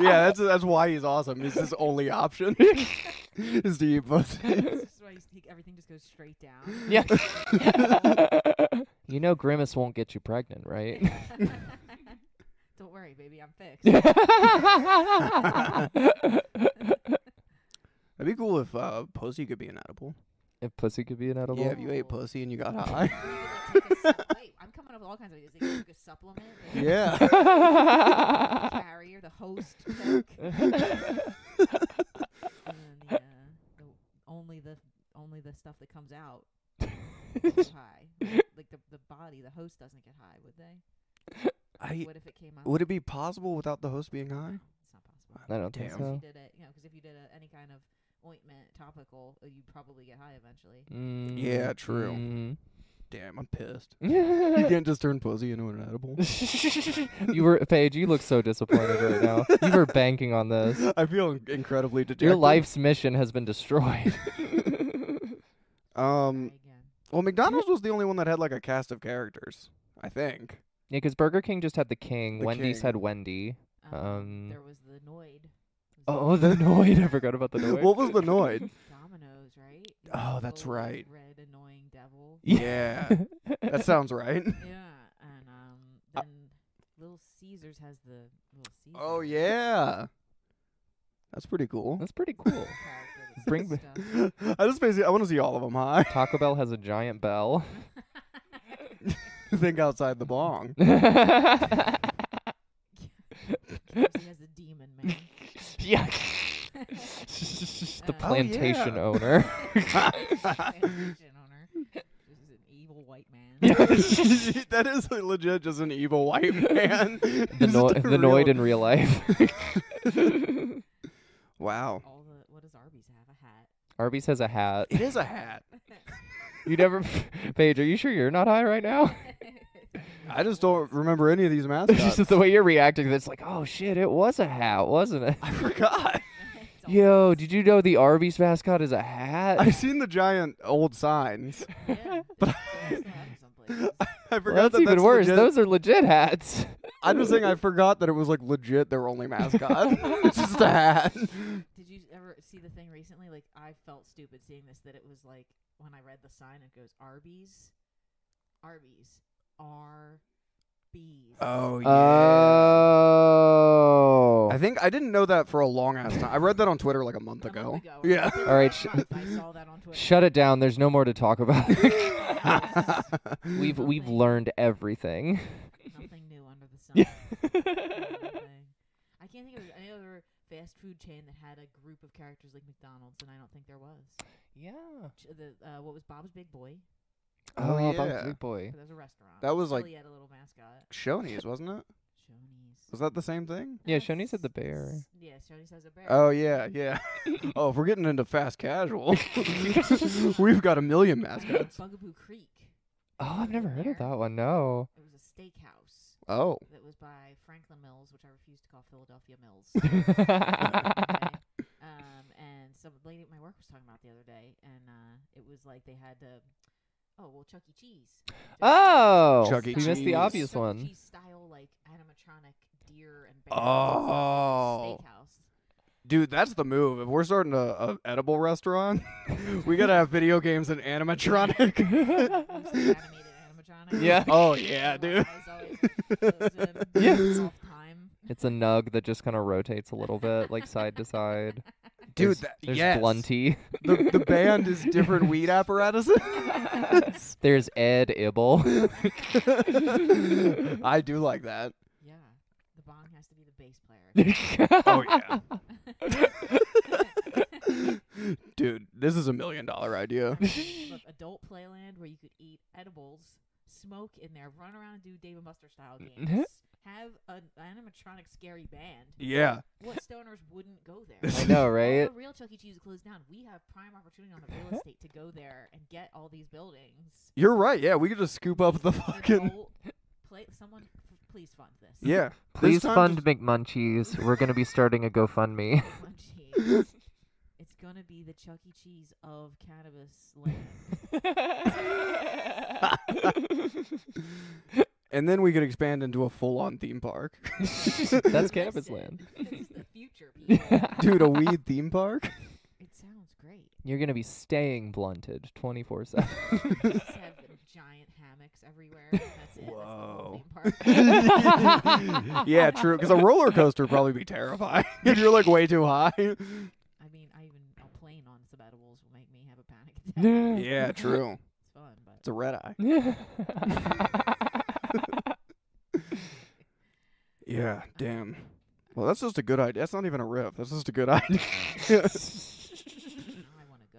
yeah, that's that's why he's awesome. It's his only option is to eat pussy. That's just why he's- he- everything just goes straight down. Yeah. you know grimace won't get you pregnant, right? Don't worry, baby, I'm fixed. That'd be cool if uh, pussy could be an edible. if pussy could be an edible. Yeah, if you ate pussy and you got high. Or you could, like, take a sup- Wait, I'm coming up with all kinds of ideas. They could take a supplement. They could yeah. take the carrier, the host, coke, and the, uh, the only the only the stuff that comes out gets high. Like the the body, the host doesn't get high, would they? I, what if it came out? would it be possible without the host being high? It's not possible. I don't think Damn. so. Unless you did it, you know, 'cause if you did a, any kind of ointment, topical, uh, you'd probably get high eventually. Mm, Yeah, true. mm. Damn, I'm pissed. You you can't just turn pussy into an edible. were Paige. Mm-hmm. You look so disappointed right now. You were banking on this. I feel in- incredibly dejected. Your life's mission has been destroyed. Um. Try again. Well, McDonald's was the only one that had like a cast of characters. I think. yeah, because Burger King just had the King. The Wendy's King. had Wendy. Um, Um, there was the Noid. Was Oh, the Noid. I forgot about the Noid. What was the Noid? Dominoes, right? Oh, that's Little right. Red annoying devil. Yeah. that sounds right. yeah, and um, Uh, then Little Caesars has the Little Caesar. Oh yeah. That's pretty cool. That's pretty cool. character that Bring says back- stuff. I just basically I want to see all of them high. Taco Bell has a giant bell. Think outside the bong. KFC has the demon man. yeah. Oh, the Oh, yeah. plantation owner. Plantation owner. This is an evil white man. that is legit just an evil white man. The, no- the Noid in real life. Wow. All the what does Arby's have? A hat. Arby's has a hat. It is a hat. You never, Paige. Are you sure you're not high right now? I just don't remember any of these It's mascots. just the way you're reacting. That's like, oh shit, it was a hat, wasn't it? I forgot. It's all- Yo, did you know the Arby's mascot is a hat? I've seen the giant old signs. Yeah. They still have them someplace. I forgot Well, that's that even worse. legit. Those are legit hats. I'm just saying I forgot that it was like legit their only mascot. it's just a hat. Did you ever see the thing recently? Like I felt stupid seeing this. That it was like when I read the sign, it goes Arby's, Arby's, R, B's. Oh Uh, Oh. I think I didn't know that for a long ass time. I read that on Twitter like a month A ago. month ago or yeah. something. All right, Last sh- month I saw that on Twitter. Shut it down. There's no more to talk about. Nothing- we've we've learned everything. nothing new under the sun. Yeah. Nothing. I can't think of any other fast food chain that had a group of characters like McDonald's, and I don't think there was. yeah. Ch- The uh, what was Bob's Big Boy? Oh, Oh, Bob's yeah. Big Boy. That was a restaurant. That was, like- Philly had a little mascot. Shoney's, wasn't it? Shoney's. Was that the same thing? Yeah, Uh, Shoney's had the bear. s- Yeah, Shoney's has a bear. Oh yeah, yeah. Oh, if we're getting into fast casual, we've got a million I had mascots. Bugaboo Creek. Oh, I've never heard of that one. No. It was a steakhouse Oh, that was by Franklin Mills, which I refuse to call Philadelphia Mills. Okay. um, and some lady at my work was talking about the other day, and uh, it was like they had the oh well Chuck E. Cheese. Chuck E. Cheese Oh, Chuck E. we missed Cheese. the obvious Chuck E. one. Cheese style like animatronic deer and bear. Oh. Steakhouse. dude, that's the move. If we're starting a, a edible restaurant, we gotta have video games and animatronic. It was like animated animatronic. Yeah. oh yeah, Little dude. eyes always frozen, Yes. off time. It's a nug that just kind of rotates a little bit, like side to side. Dude, There's- that, There's yes. Blunty. The, the band is different weed apparatuses. There's Ed Ibble. I do like that. Yeah. The bong has to be the bass player. Oh yeah. Dude, this is a million dollar idea. Look, adult playland where you could eat edibles, smoke in there, run around and do Dave and Buster style Mm-hmm. games. Have an animatronic scary band. Yeah. What stoners wouldn't go there? I know, All right? the real Chuck E. Cheese is closed down. We have prime opportunity on the real estate to go there and get all these buildings. You're right. Yeah, we could just scoop up the fucking Adult play someone, f- please fund this. Yeah. This Please time fund just- McMunchies. We're gonna be starting a GoFundMe. Munchies. it's gonna be the Chuck E. Cheese of cannabis land. and then we could expand into a full on theme park. That's Cannabis Campus Land. This is the future. People. Dude, a weed theme park? it sounds great. You're gonna be staying blunted 24 seven. Just have giant hammocks everywhere. and That's it. Whoa. That's the whole theme park. yeah, true. Because a roller coaster would probably be terrifying if you're like way too high. I mean, I even a plane on some edibles will make me have a panic attack. Yeah, true. it's fun, but It's a red eye. Yeah, damn. Well, that's just a good idea. That's not even a riff. That's just a good idea. now I want to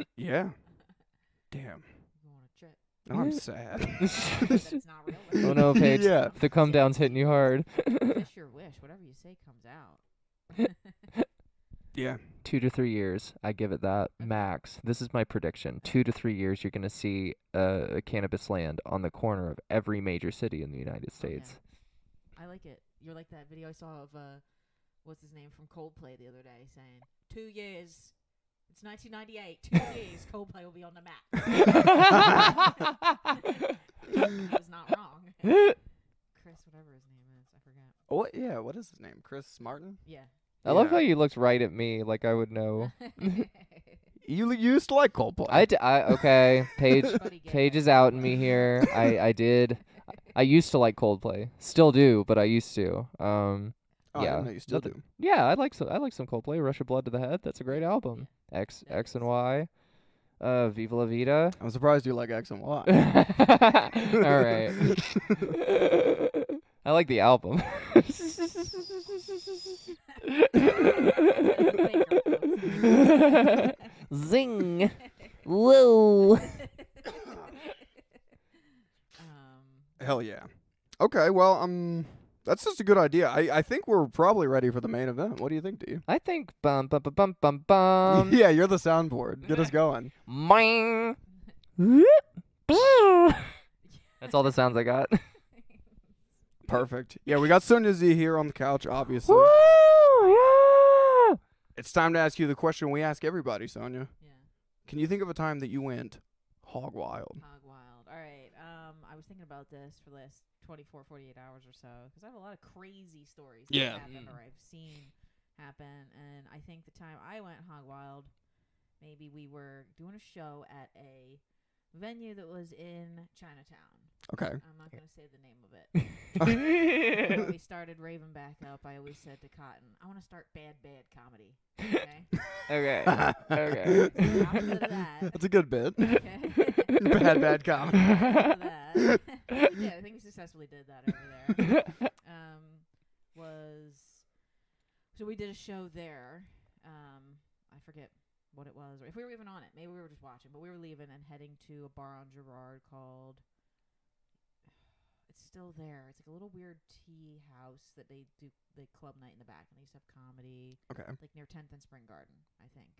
go. yeah. Damn. I want a trip. Now Mm. I'm sad. That's not real. oh no, Paige. Yeah. The come down's hitting you hard. Wish your wish. Whatever you say comes out. Yeah. two to three years. I give it that max. This is my prediction. Two to three years, you're gonna see uh, a cannabis land on the corner of every major city in the United States. I like it. You're like that video I saw of uh, what's his name from Coldplay the other day saying, two years. It's 1998. Two years, Coldplay will be on the map. I was not wrong. Chris, whatever his name is, I forgot. What? Yeah. What is his name? Chris Martin. Yeah. I love Yeah. how you looked right at me, like I would know. You l- used to like Coldplay. I, d- I okay, Paige. Buddy Gay. Paige is out in me here. I I did. I used to like Coldplay. Still do, but I used to. Um, Oh, I yeah. didn't know you still Nothing- do. yeah, I like some. I like some Coldplay. Rush of Blood to the Head. That's a great album. X That X and is. Y. Uh, Viva la Vida. I'm surprised you like X and Y. All right. I like the album. Zing. Whoa. um, Hell yeah. Okay. Well, um, that's just a good idea. I I think we're probably ready for the main event. What do you think, do you? I think bum bum bum bum bum bum. yeah, you're the soundboard. Get us going. Boing. Whoop. Boo. That's all the sounds I got. Perfect. Yeah, we got Sonia Z here on the couch. Obviously, Woo, it's time to ask you the question we ask everybody, Sonia. yeah. Can you think of a time that you went hog wild? Hog wild. All right. Um, I was thinking about this for the last 24, 48 hours or so because I have a lot of crazy stories that Yeah. happen or I've seen happen. And I think the time I went hog wild, maybe we were doing a show at a venue that was in Chinatown. Okay. I'm not going to say the name of it. yeah. When we started raving back up, I always said to Cotton, I want to start bad, bad comedy. Okay? okay. okay. opposite of that. That's a good bit. okay? bad, bad comedy. that. yeah, I think we successfully did that over there. Um, was so we did a show there. Um, I forget what it was, or if we were even on it. Maybe we were just watching, but we were leaving and heading to a bar on Gerard called. It's still there. It's like a little weird tea house that they do the club night in the back, and they used to have comedy Okay. like near 10th and Spring Garden, I think.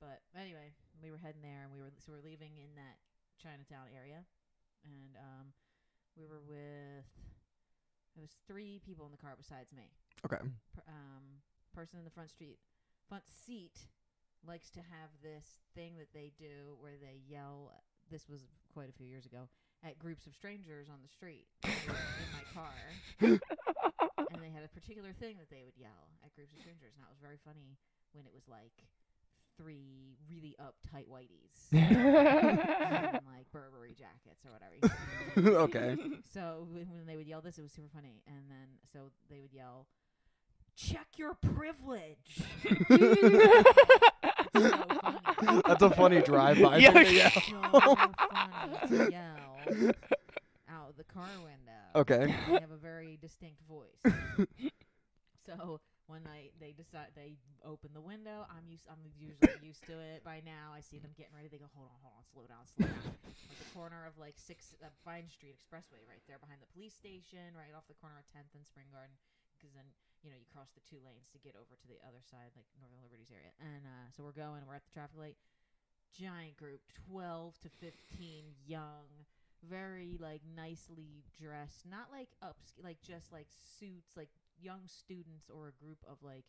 But anyway, we were heading there, and we were so we are leaving in that Chinatown area, and um, we were with there was three people in the car besides me. Okay. Per, um, person in the front street, front seat, likes to have this thing that they do where they yell. This was quite a few years ago at groups of strangers on the street in my car and they had a particular thing that they would yell at groups of strangers, and that was very funny when it was like three really uptight whiteies in like Burberry jackets or whatever. you know. okay. So when when they would yell this, it was super funny. And then so they would yell, "Check your privilege." so funny. That's a funny drive-by. Yeah. thing to yell. So funny to yell out the car window. Okay. They have a very distinct voice. so when I they decide they open the window, I'm used I'm usually used to it by now. I see them getting ready. They go, hold on, hold on, slow down, slow down. At the corner of like six uh, Vine Street Expressway, right there behind the police station, right off the corner of Tenth and Spring Garden, because then you know you cross the two lanes to get over to the other side, like Northern Liberties area. And uh, so we're going. We're at the traffic light. Giant group, twelve to fifteen, young very like nicely dressed, not like up like just like suits, like young students or a group of like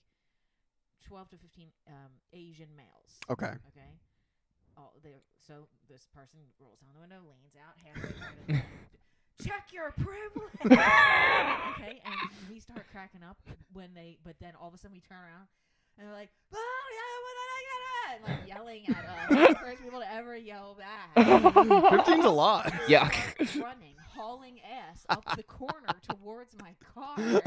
12 to 15 um, Asian males. Okay. Okay. All they so this person rolls down the window, leans out, halfway through the check your privilege. okay, and we start cracking up when they, but then all of a sudden we turn around and they're like, "Oh, yeah, what did I get?" And, like yelling at us, first people to ever yell back. 15's a lot. yeah. running, hauling ass up the corner towards my car. And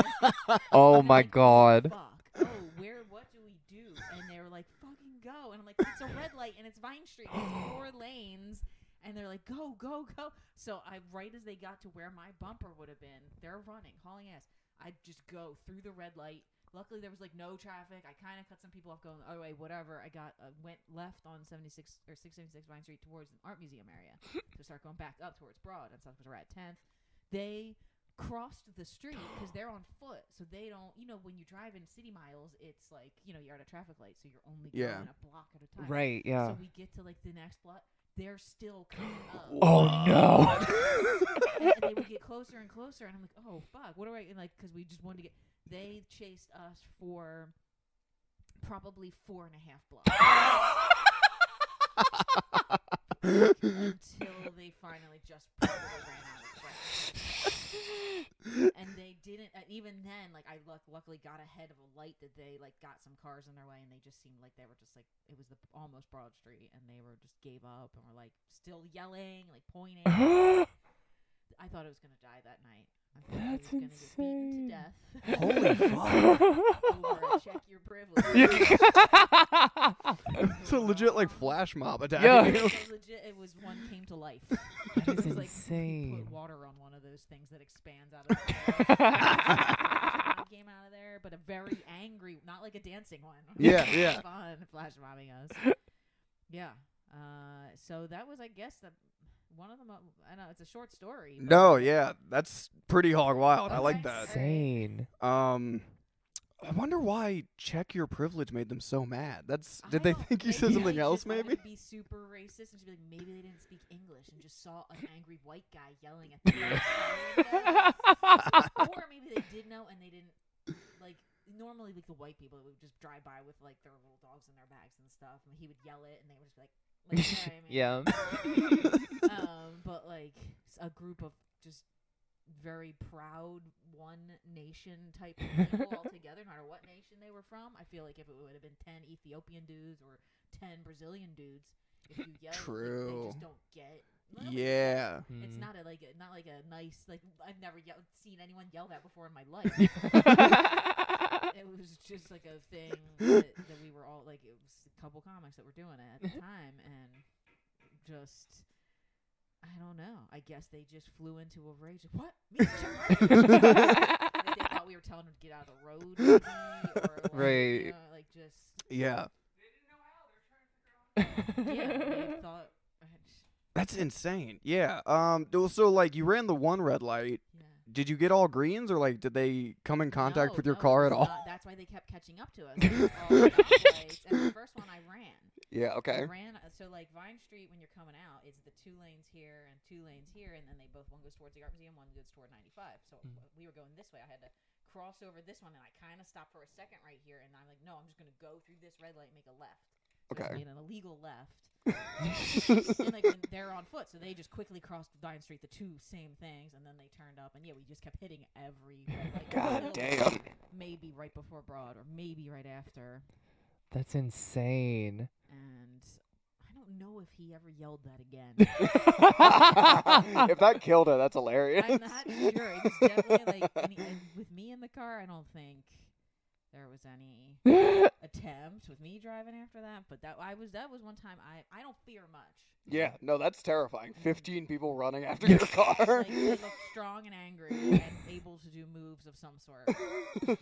Oh I'm my like, god. Fuck. Oh, where? What do we do? And they were like, "Fucking go!" And I'm like, "It's a red light, and it's Vine Street. and It's four lanes." And they're like, "Go, go, go!" So I, right as they got to where my bumper would have been, they're running, hauling ass. I just go through the red light. Luckily, there was like no traffic. I kind of cut some people off going the other way, whatever. I got uh, went left on 76 or 676 Vine Street towards the art museum area. so start going back up towards Broad and South We're at 10th. They crossed the street because they're on foot, so they don't. You know, when you drive in city miles, it's like you know you're at a traffic light, so you're only Yeah. going a block at a time. Right, yeah. So we get to like the next block. They're still coming up Oh no. and and they would get closer and closer, and I'm like, oh fuck, what do I and like? Because we just wanted to get. They chased us for probably four and a half blocks until they finally just probably ran out of breath. and they didn't. And even then, like I luck, luckily got ahead of a light that they like got some cars in their way, and they just seemed like they were just like it was the almost Broad Street, and they were just gave up and were like still yelling, like pointing. I thought I was gonna die that night. I thought I That's was gonna insane. get beaten to death. Holy Over check your privilege. uh, It's a legit like flash mob attack. Yeah. It was legit, it was one came to life. That is like You insane. put water on one of those things that expands out of. The I came out of there, but a very angry, not like a dancing one. Yeah, yeah. Fun flash mobbing us. Yeah. Uh, so that was, I guess, the one of the. Mo- I know it's a short story. but- No, yeah, that's pretty hog wild. I like Okay. that. Insane. Um, I wonder why check your privilege made them so mad. That's did I they don't- think you maybe said they something just else? wanted Maybe to Be super racist and just be like, maybe they didn't speak English and just saw an angry white guy yelling at them. or maybe they did know and they didn't like. Normally, like the white people would just drive by with like their little dogs in their bags and stuff, and he would yell it, and they would just be like, like you know what I mean? Yeah. um, but like s- a group of just very proud one nation type of people all together, no matter what nation they were from. I feel like if it would have been ten Ethiopian dudes or ten Brazilian dudes, if you yell, like, they True. just don't get. Well, like, yeah. It's not a like a, not like a nice like I've never yell seen anyone yell that before in my life. it was just like a thing that, that we were all like it was a couple comics that were doing it at Mm-hmm. the time and just I don't know. I guess they just flew into a rage. What? Me? Check my privilege?" Like, they thought we were telling them to get out of the road, maybe, or like, Right. You know, like just Yeah. Hmm. yeah. They thought uh, That's insane. Yeah. Um. th- So like, you ran the one red light. yeah. Did you get all greens, or like, did they come in contact No, with your no, car it at all? was not- that's why they kept catching up to us. It was all stoplights, and the first one I ran. Yeah. I Okay. ran uh, so like Vine Street when you're coming out, it's the two lanes here and two lanes here, and then they both one goes towards the art museum, one goes toward 95. So Mm-hmm. Mm. w- we were going this way. I had to cross over this one, and I kind of stopped for a second right here, and I'm like, no, I'm just gonna go through this red light, and make a left. So I Okay. made an illegal left. and like when they're on foot, so they just quickly crossed Vine Street, the two same things, and then they turned up, and yeah, we just kept hitting every red light. God until damn. Maybe right before Broad, or maybe right after. That's insane. and I don't know if he ever yelled that again. if that killed her, that's hilarious. I'm not sure. It was definitely like any, and with me in the car. I don't think there was any attempt with me driving after that. But that I was that was one time I I don't fear much. Yeah, no, that's terrifying. 15 people running after your Mm-hmm. Like he looked strong and angry and able to do moves of some sort. I'm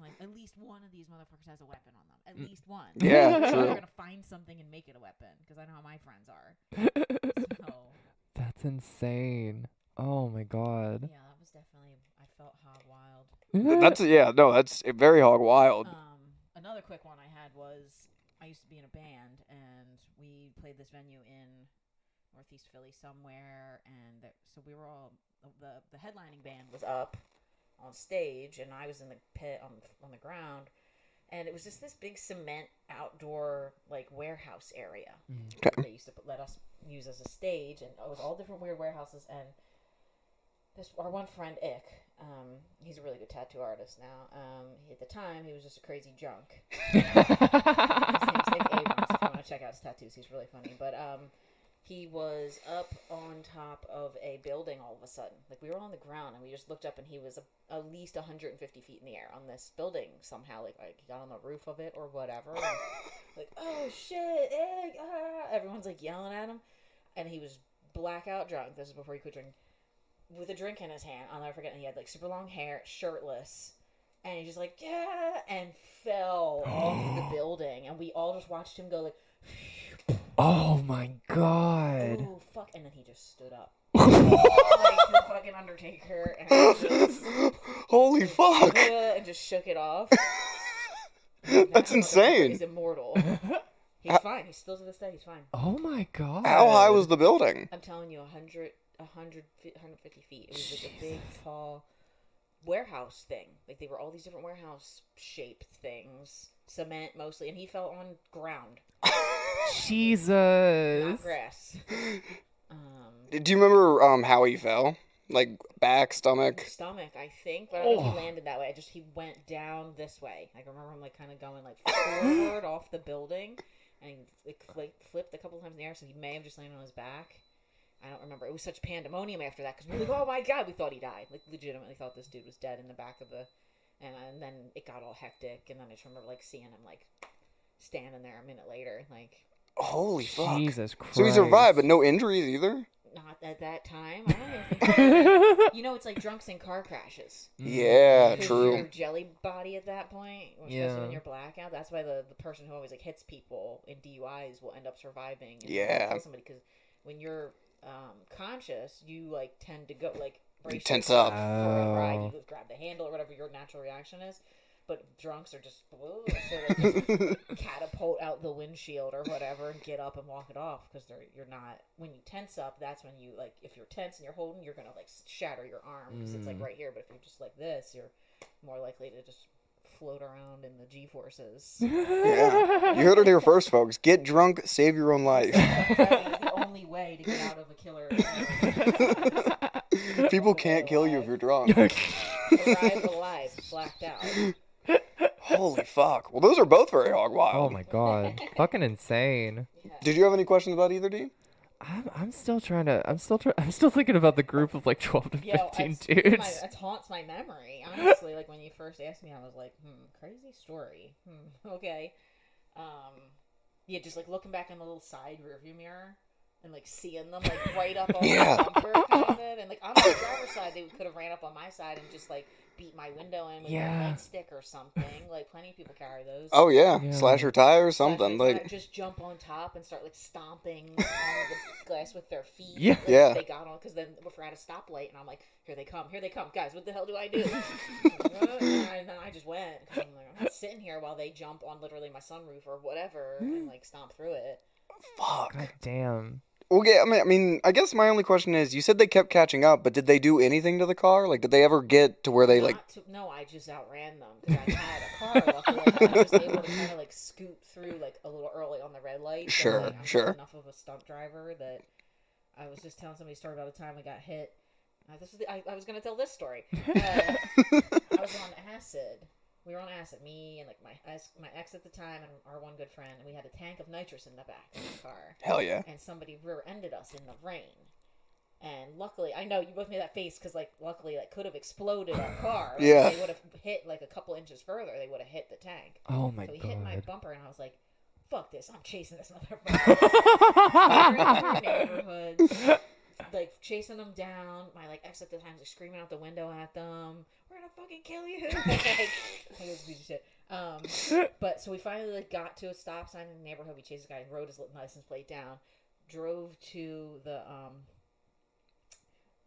like, at least one of these motherfuckers has a weapon on them. At Mm. least one. Yeah, They're true. gonna find something and make it a weapon because I know how my friends are. So. That's insane. Oh my god. Yeah, that was definitely. I felt hog wild. yeah, no, that's very hog wild. Um, another quick one I had was I used to be in a band and we played this venue in Northeast Philly somewhere, and there, so we were all the the headlining band was up on stage, and I was in the pit on on the ground, and it was just this big cement outdoor like warehouse area. They used to put- let us use as a stage, and it was all different weird warehouses. And this our one friend Ick, um, he's a really good tattoo artist now. Um, he, at the time, he was just a crazy junk. His name's Nick Abrams. If you want to check out his tattoos, he's really funny. But um, he was up on top of a building all of a sudden. Like we were on the ground and we just looked up and he was a, at least 150 feet in the air on this building somehow. Like, like he got on the roof of it or whatever. And, like oh shit! eh, ah." Everyone's like yelling at him, and he was blackout drunk. This is before he quit drinking. With a drink in his hand, I'll never forget. And he had like super long hair, shirtless, and he just like yeah, and fell off the building, and we all just watched him go like Oh my god. oh fuck, and then he just stood up. like the fucking Undertaker, and just, Holy fuck. "Ugh," and just shook it off. That motherfucker insane. Is immortal. He's fine. He's still to this day. He's fine. Oh my god. the building? I'm telling you, 100, 100, fe- 150 feet. It was like a big, tall warehouse thing. Like they were all these different warehouse shaped things, cement mostly, and he fell on ground, Jesus. not grass. Um, Do you remember um, how he fell? Like back, stomach? stomach, I think, but I don't know if Oh. he landed that way. I just he went down this way. Like I remember him like kind of going like forward off the building, and he like, fli- flipped a couple times in the air. So he may have just landed on his back. I don't remember. It was such pandemonium after that because we were like, oh my god, we thought he died. Like legitimately thought this dude was dead in the back of the, and, and then it got all hectic. And then I just remember like seeing him like standing there a minute later, like Holy fuck. Jesus Christ. So he survived, but no injuries either? not at that time. I don't even think. so. you know, it's like drunks in car crashes. Mm. Yeah, Because true. You're jelly body at that point, especially Yeah. when you're blackout. That's why the, the person who always like hits people in DUIs will end up surviving. And Yeah. kill somebody because when you're um, conscious, you like tend to go like brace tense yourself up. for a ride. Oh. You just grab the handle or whatever your natural reaction is. But drunks are just, whoa, so they just catapult out the windshield or whatever and get up and walk it off because they're you're not when you tense up. That's when you like if you're tense and you're holding, you're gonna like shatter your arm because it's like Mm. right here. But if you're just like this, you're more likely to just float around in the G forces. You heard it here first, folks. Get drunk, save your own life. the only way to get out of a killer People can't kill you if you're drunk. arrive alive, blacked out. Holy fuck. Well, those are both very hog oh wild. my god. Fucking insane. Did you have any questions about either, D? I'm, I'm still trying to I'm still try, I'm still thinking about the group of like 12 to Yo, 15 it's- it's dudes. My, it haunts my memory, honestly. like when you first asked me, I was like, "Hmm, crazy story. Hmm, okay." Um, yeah, just like looking back in the little side rearview mirror and like seeing them like right up on Yeah. the bumper, kind of, and like on the driver's side, they could have ran up on my side and just like beat my window in with Yeah. a nightstick or something. Like plenty of people carry those. Oh, yeah. Yeah. Slash your tire or Slash something. my tire, Like, just jump on top and start like stomping on the glass with their feet. Yeah. Like, Yeah. They got on because then we're at a stoplight, and I'm like, here they come, here they come, guys. What the hell do I do? and then I just went. 'cause I'm like, I'm not sitting here while they jump on literally my sunroof or whatever and like stomp through it. fuck. god damn. Okay, I mean, I mean, I guess my only question is, you said they kept catching up, but did they do anything to the car? Like, did they ever get to where they like? Not to- no, I just outran them because I had a car. Luckily, I was able to kind of like scoot through like a little early on the red light. so, Sure, like, I'm just sure. Enough of a stunt driver that I was just telling somebody a story about the time I got hit. Uh, this is the, I, I was going to tell this story. Uh, I was on acid we were on acid. Me and like my ex, my ex at the time and our one good friend, and we had a tank of nitrous in the back of the car. Hell yeah. And somebody rear-ended us in the rain. And luckily, I know you both made that face because, like, luckily, that could have exploded our car. Like, Yeah. They would have hit like a couple inches further. They would have hit the tank. Oh my so he god. hit my bumper, and I was like, "Fuck this! I'm chasing this motherfucker." We're in every neighborhood, like chasing them down. My like ex at the time was like, screaming out the window at them, "We're gonna fucking kill you!" like, it was a piece of shit. Um, but so we finally like got to a stop sign in the neighborhood. We chased the guy and wrote his license plate down. Drove to the um,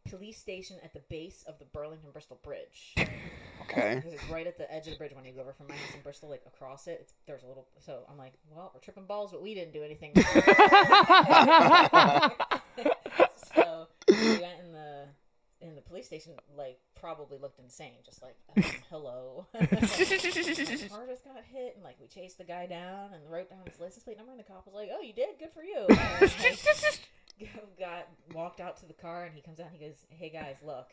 police station at the base of the Burlington Bristol Bridge. Okay. Because it's right at the edge of the bridge when you go over from my house in Bristol, like across it. It's, there's a little. So I'm like, well, we're tripping balls, but we didn't do anything. so we went in the in the police station. Like probably looked insane, just like um, hello. My car just got hit, and like we chased the guy down and wrote down his license plate number, and the cop was like, oh, you did, good for you. And I was like, got walked out to the car, and he comes out, and he goes, hey guys, look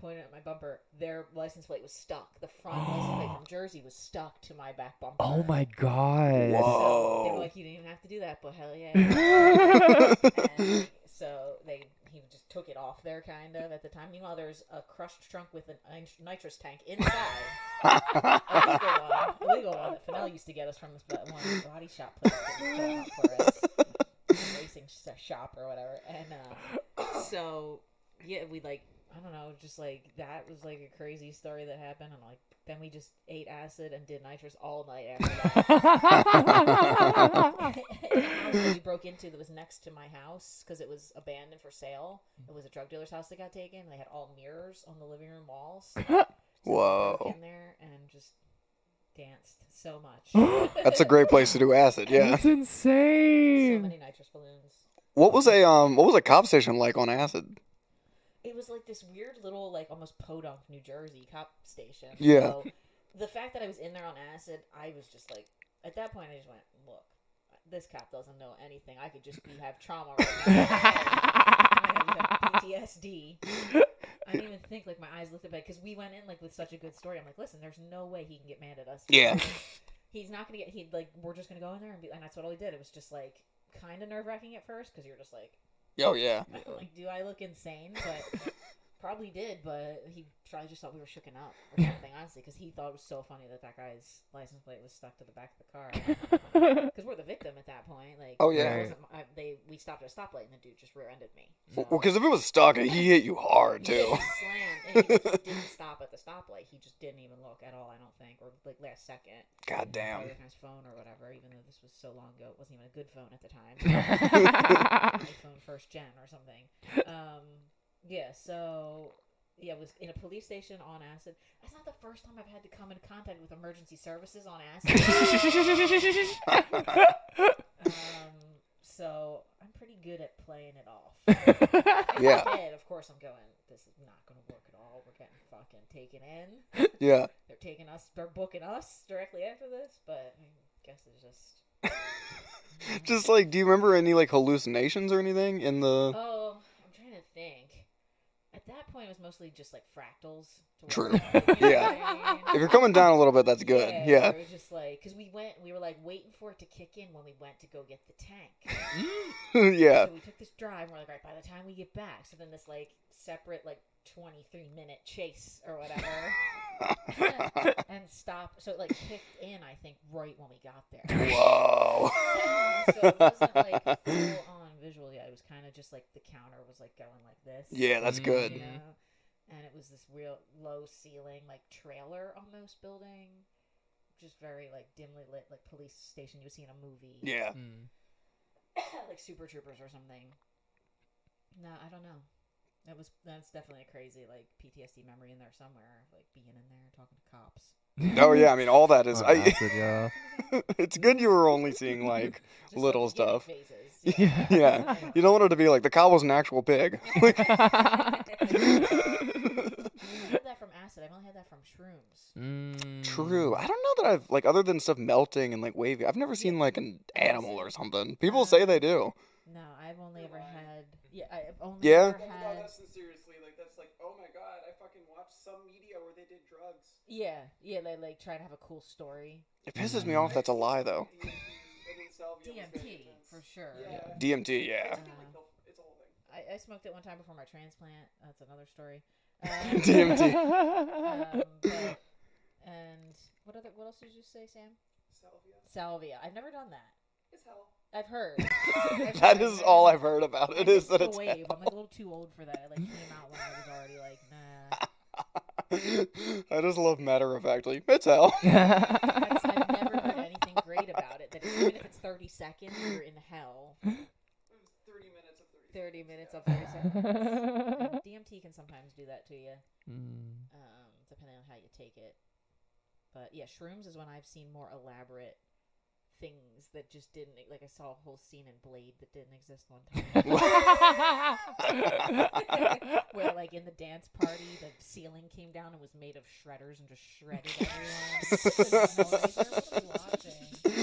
pointed at my bumper, their license plate was stuck. The front license plate from Jersey was stuck to my back bumper. oh my god. So they Whoa. were like, you didn't even have to do that, but hell yeah. and so they he just took it off there, kind of at the time. Meanwhile, there's a crushed trunk with a nit- nitrous tank inside. a legal one, a legal one that Fennell used to get us from this bo- one body shop place that was going out for us, a racing sh- shop or whatever. And uh, so yeah, we like I don't know, just like that was like a crazy story that happened, and like then we just ate acid and did nitrous all night after that. the house that we broke into that was next to my house because it was abandoned for sale. It was a drug dealer's house that got taken. They had all mirrors on the living room walls. So we broke Whoa. in there and just danced so much. That's a great place to do acid. Yeah. That's insane. so many nitrous balloons. What was a um? What was a cop station like on acid? It was like this weird little, like almost podunk, New Jersey cop station. Yeah. So the fact that I was in there on acid, I was just like, at that point, I just went, look, this cop doesn't know anything. I could just be have trauma right now. I didn't have PTSD. I didn't even think like my eyes looked at bed because we went in like with such a good story. I'm like, listen, there's no way he can get mad at us. Yeah. he's not gonna get. He like we're just gonna go in there and be, and that's what all he did. It was just like kind of nerve wracking at first because you're just like, Oh yeah. like, do I look insane? But probably did. But he probably just thought we were shooken up or something, honestly, because he thought it was so funny that that guy's license plate was stuck to the back of the car. Because we're the victim at that point. Like, Oh, yeah. it wasn't- I, they we stopped at a stoplight and the dude just rear-ended me. Well, because if it was stuck, he hit you hard too. Yeah, he slammed. And he didn't stop at the stoplight. He just didn't even look at all. I don't think, or like last second. God Probably damn. looking at his phone or whatever. Even though this was so long ago, it wasn't even a good phone at the time. iPhone first gen or something. Um, yeah. So yeah, it was in a police station on acid. That's not the first time I've had to come in contact with emergency services on acid. Um, so I'm pretty good at playing it off. If I Yeah. did, of course I'm going. This is not going to work at all. We're getting fucking taken in. Yeah. They're taking us. They're booking us directly after this. But I guess it's just. Just like, do you remember any like hallucinations or anything in the? Oh, I'm trying to think. At that point, it was mostly just like fractals. To True. work with, you know what I mean? If you're coming down a little bit, that's good. Yeah. It was just like because we went, we were like waiting for it to kick in when we went to go get the tank. yeah. So we took this drive. And we're like, right, by the time we get back, so then this like separate like twenty three minute chase or whatever, and stop. So it like kicked in, I think, right when we got there. Whoa. so it wasn't like full on visual yet. It was kind of just like the counter was like going like this. Yeah, that's good. You know? And it was this real low ceiling, like trailer almost building, just very like dimly lit, like police station you would see in a movie. Yeah. like Super Troopers or something. No, I don't know. That was that's definitely a crazy like PTSD memory in there somewhere, like being in there talking to cops. Oh yeah. I mean, all that is. On I, acid, yeah. it's good you were only seeing like Just, like, little panic stuff. phases, Yeah. Yeah. You don't want it to be like the cow was an actual pig. Like, I've had that from acid. I've only had that from shrooms. Mm. True. I don't know that I've like other than stuff melting and like wavy. I've never seen like an animal or something. People say they do. No, I've only You're ever lying. had. Yeah, I've only Yeah? ever No, had. that's seriously like that's like oh my god, I fucking watched some media where they did drugs. Yeah, yeah, they like try to have a cool story. It pisses me off that's a lie, though. DMT, and then salvia was very DMT intense. for sure. Uh, Yeah. DMT, It's yeah. a completely kill- it's a whole thing. I, I smoked it one time before my transplant. That's another story. Uh, DMT. Um, but- and what other? What else did you say, Sam? Salvia. Salvia. I've never done that. It's hell. I've heard. that is all I've heard about it. Is that the it's wave. I'm like a little too old for that. It like came out when I was already like nah. I just love matter of factly. It's hell. I've, I've never heard anything great about it. That even if it's 30 seconds, you're in hell. It was 30 minutes of 30. 30 minutes yeah. of 30 seconds. And DMT can sometimes do that to you, Mm. um, depending on how you take it. But yeah, shrooms is when I've seen more elaborate things that just didn't e, like. I saw a whole scene in Blade that didn't exist one time. Where like in the dance party, the ceiling came down and was made of shredders and just shredded everyone.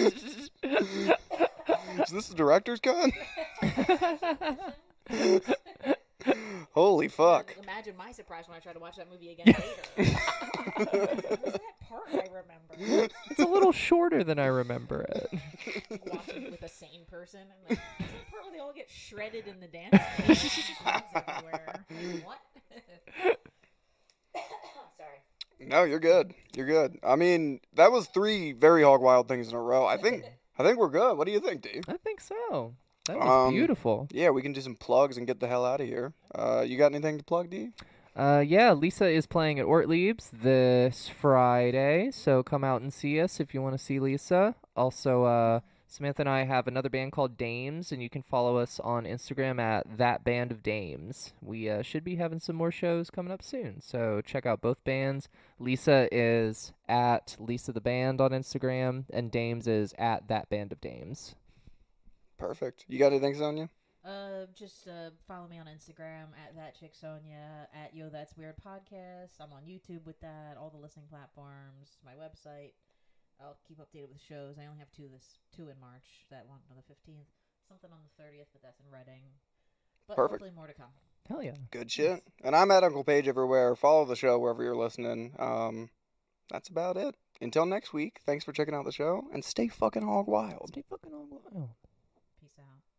It was noise. Everyone was watching. is this the director's gun? Holy fuck. Imagine my surprise when I try to watch that movie again later. Where's that part I remember? It's a little shorter than I remember it. Watching it with a sane person. I'm like, is that part where they all get shredded in the dance? floor? There's just shreds everywhere. Like, what? Sorry. No, you're good. You're good. I mean, that was three very hog wild things in a row. I think I think we're good. What do you think, D? I think so. That was Um, beautiful. Yeah, we can do some plugs and get the hell out of here. Uh, you got anything to plug, D? Uh, yeah, Lisa is playing at Ortlieb's this Friday, so come out and see us if you want to see Lisa. Also, uh, Samantha and I have another band called Dames, and you can follow us on Instagram at that band of Dames. We uh, should be having some more shows coming up soon, so check out both bands. Lisa is at Lisa the Band on Instagram, and Dames is at that band of Dames. Perfect. You got anything, Sonya? Uh, just uh, follow me on Instagram at that chick Sonia at yo that's weird podcast. I'm on YouTube with that. All the listening platforms. My website. I'll keep updated with shows. I only have two this two in March. That one on the fifteenth. Something on the thirtieth, but that's in Reading. But Perfect. hopefully more to come. Hell yeah. Good shit. And I'm at Uncle Page everywhere. Follow the show wherever you're listening. Um, that's about it. Until next week, thanks for checking out the show and stay fucking hog wild. Stay fucking on wild. Peace out.